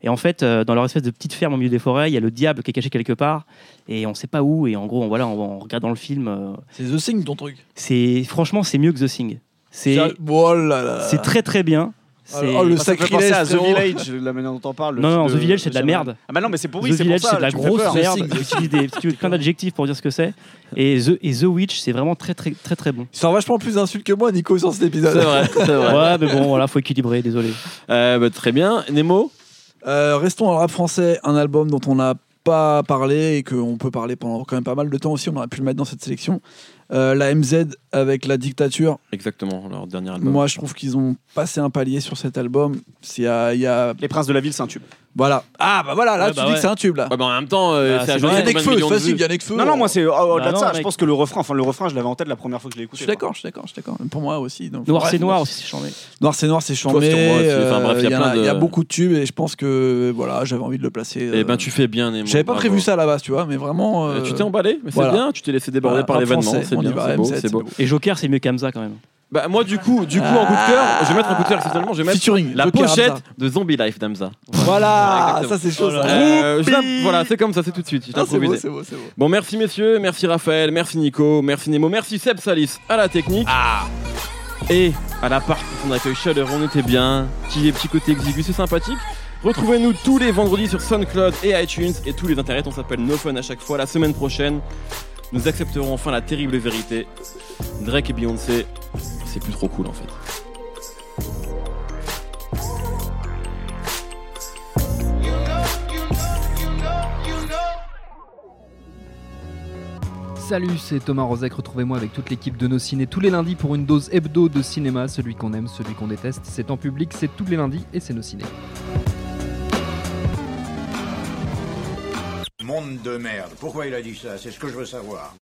[SPEAKER 2] Et en fait, euh, dans leur espèce de petite ferme au milieu des forêts, il y a le diable qui est caché quelque part, et on ne sait pas où. Et en gros, on, voilà, on, on regarde dans le film, euh,
[SPEAKER 1] C'est The Thing, ton truc.
[SPEAKER 2] c'est franchement c'est mieux que The Thing. C'est
[SPEAKER 1] Ça- Oh là là.
[SPEAKER 2] c'est très très bien.
[SPEAKER 1] Oh,
[SPEAKER 2] C'est-
[SPEAKER 1] oh, le
[SPEAKER 4] Ça me fait
[SPEAKER 1] sacrilège.
[SPEAKER 4] penser à The
[SPEAKER 1] frérot.
[SPEAKER 4] Village, la manière dont on parle. le
[SPEAKER 2] Non, non,
[SPEAKER 4] film
[SPEAKER 2] The Village, c'est de la
[SPEAKER 4] Shyamalan.
[SPEAKER 2] merde.
[SPEAKER 4] Ah bah non, mais c'est pourri,
[SPEAKER 2] The
[SPEAKER 4] c'est pour
[SPEAKER 2] Village
[SPEAKER 4] ça.
[SPEAKER 2] c'est de la
[SPEAKER 4] tu me fais
[SPEAKER 2] grosse
[SPEAKER 4] peur.
[SPEAKER 2] merde.
[SPEAKER 1] The Thing.
[SPEAKER 2] Utilise, des, utilise plein d'adjectifs pour dire ce que c'est. Et The, et The Witch c'est vraiment très très très très bon.
[SPEAKER 1] Il sort vachement plus d'insultes que moi, Nico, sur cet épisode.
[SPEAKER 3] c'est
[SPEAKER 2] Ouais. mais bon voilà faut équilibrer désolé.
[SPEAKER 3] Euh, bah, très bien. Nemo
[SPEAKER 1] Euh, restons dans le rap français, un album dont on n'a pas parlé et qu'on peut parler pendant quand même pas mal de temps aussi, on aurait pu le mettre dans cette sélection. Euh, la MZ avec la dictature,
[SPEAKER 3] Exactement, leur dernier album.
[SPEAKER 1] moi je trouve qu'ils ont passé un palier sur cet album. C'est, euh, Il y a,
[SPEAKER 4] Les Princes de la Ville, c'est un tube.
[SPEAKER 1] Voilà. Ah bah voilà, là
[SPEAKER 2] Ouais,
[SPEAKER 1] tu
[SPEAKER 2] bah
[SPEAKER 1] dis
[SPEAKER 2] ouais.
[SPEAKER 1] que c'est un tube là.
[SPEAKER 3] Ouais, bah, en même temps, euh,
[SPEAKER 2] Ah,
[SPEAKER 3] c'est à
[SPEAKER 2] c'est
[SPEAKER 3] jouer
[SPEAKER 1] Il
[SPEAKER 2] vrai.
[SPEAKER 1] y a
[SPEAKER 3] combien de
[SPEAKER 1] Nekfeu, c'est
[SPEAKER 3] millions de vues
[SPEAKER 1] facile, il y a Nekfeu.
[SPEAKER 4] Non, non, moi c'est au- au-delà
[SPEAKER 2] Bah
[SPEAKER 4] de ça.
[SPEAKER 2] non,
[SPEAKER 4] Je
[SPEAKER 2] mec.
[SPEAKER 4] pense que le refrain, enfin le refrain, je l'avais en tête la première fois que je l'ai
[SPEAKER 1] Je
[SPEAKER 4] écouté.
[SPEAKER 1] suis d'accord, je suis d'accord, je suis d'accord. Pour moi aussi. donc,
[SPEAKER 2] Noir
[SPEAKER 1] bref,
[SPEAKER 2] c'est noir aussi c'est charmé.
[SPEAKER 1] Noir c'est noir, c'est chambé.
[SPEAKER 3] c'est moi aussi. Enfin,
[SPEAKER 1] euh,
[SPEAKER 3] bref, il y a
[SPEAKER 1] il y en
[SPEAKER 3] plein de-
[SPEAKER 1] il y a beaucoup de tubes et je pense que voilà, j'avais envie de le placer.
[SPEAKER 3] Eh
[SPEAKER 1] euh,
[SPEAKER 3] ben, tu fais bien, Nemo.
[SPEAKER 1] J'avais pas
[SPEAKER 3] bravo.
[SPEAKER 1] prévu ça à la base, tu vois, mais vraiment.
[SPEAKER 3] Euh,
[SPEAKER 1] euh,
[SPEAKER 3] Tu t'es emballé, mais c'est
[SPEAKER 1] voilà.
[SPEAKER 3] bien. Tu t'es laissé déborder
[SPEAKER 1] Voilà,
[SPEAKER 3] par
[SPEAKER 1] rap
[SPEAKER 3] l'événement.
[SPEAKER 1] français,
[SPEAKER 3] C'est
[SPEAKER 1] on y
[SPEAKER 3] bien,
[SPEAKER 1] va,
[SPEAKER 3] c'est beau,
[SPEAKER 1] MZ,
[SPEAKER 3] c'est beau.
[SPEAKER 2] Et Joker c'est mieux qu'Amza quand même.
[SPEAKER 3] Bah, moi, du coup, du coup, en coup de
[SPEAKER 1] Ah.
[SPEAKER 3] cœur, je vais mettre un coup de cœur exceptionnellement, je vais mettre
[SPEAKER 1] Featuring.
[SPEAKER 3] la
[SPEAKER 1] Doka Hamza. Oh
[SPEAKER 3] pochette de Zombie Life d'Amza.
[SPEAKER 1] Voilà,
[SPEAKER 3] Exactement.
[SPEAKER 1] ça c'est chaud. ça.
[SPEAKER 3] Euh, je l'im- voilà, c'est comme ça, c'est tout de suite. Je l'ai
[SPEAKER 1] Ah, c'est beau,
[SPEAKER 3] improvisé.
[SPEAKER 1] c'est beau, c'est beau.
[SPEAKER 3] Bon, merci messieurs, merci Raphaël, merci Nico, merci Nemo, merci Seb Salis à la technique. Et à la part pour son accueil chaleur, on était bien. Petit, petit côté exigu, c'est sympathique. Retrouvez-nous tous les vendredis sur SoundCloud et iTunes et tous les internets. On s'appelle No Fun à chaque fois. La semaine prochaine, nous accepterons enfin la terrible vérité. Drake et Beyoncé, c'est plus trop cool en fait.
[SPEAKER 6] Salut, c'est Thomas Rozek. Retrouvez-moi avec toute l'équipe de nos ciné tous les lundis pour une dose hebdo de cinéma. Celui qu'on aime, celui qu'on déteste. C'est en public, c'est tous les lundis et c'est nos ciné.
[SPEAKER 7] Monde de merde. Pourquoi il a dit ça C'est ce que je veux savoir.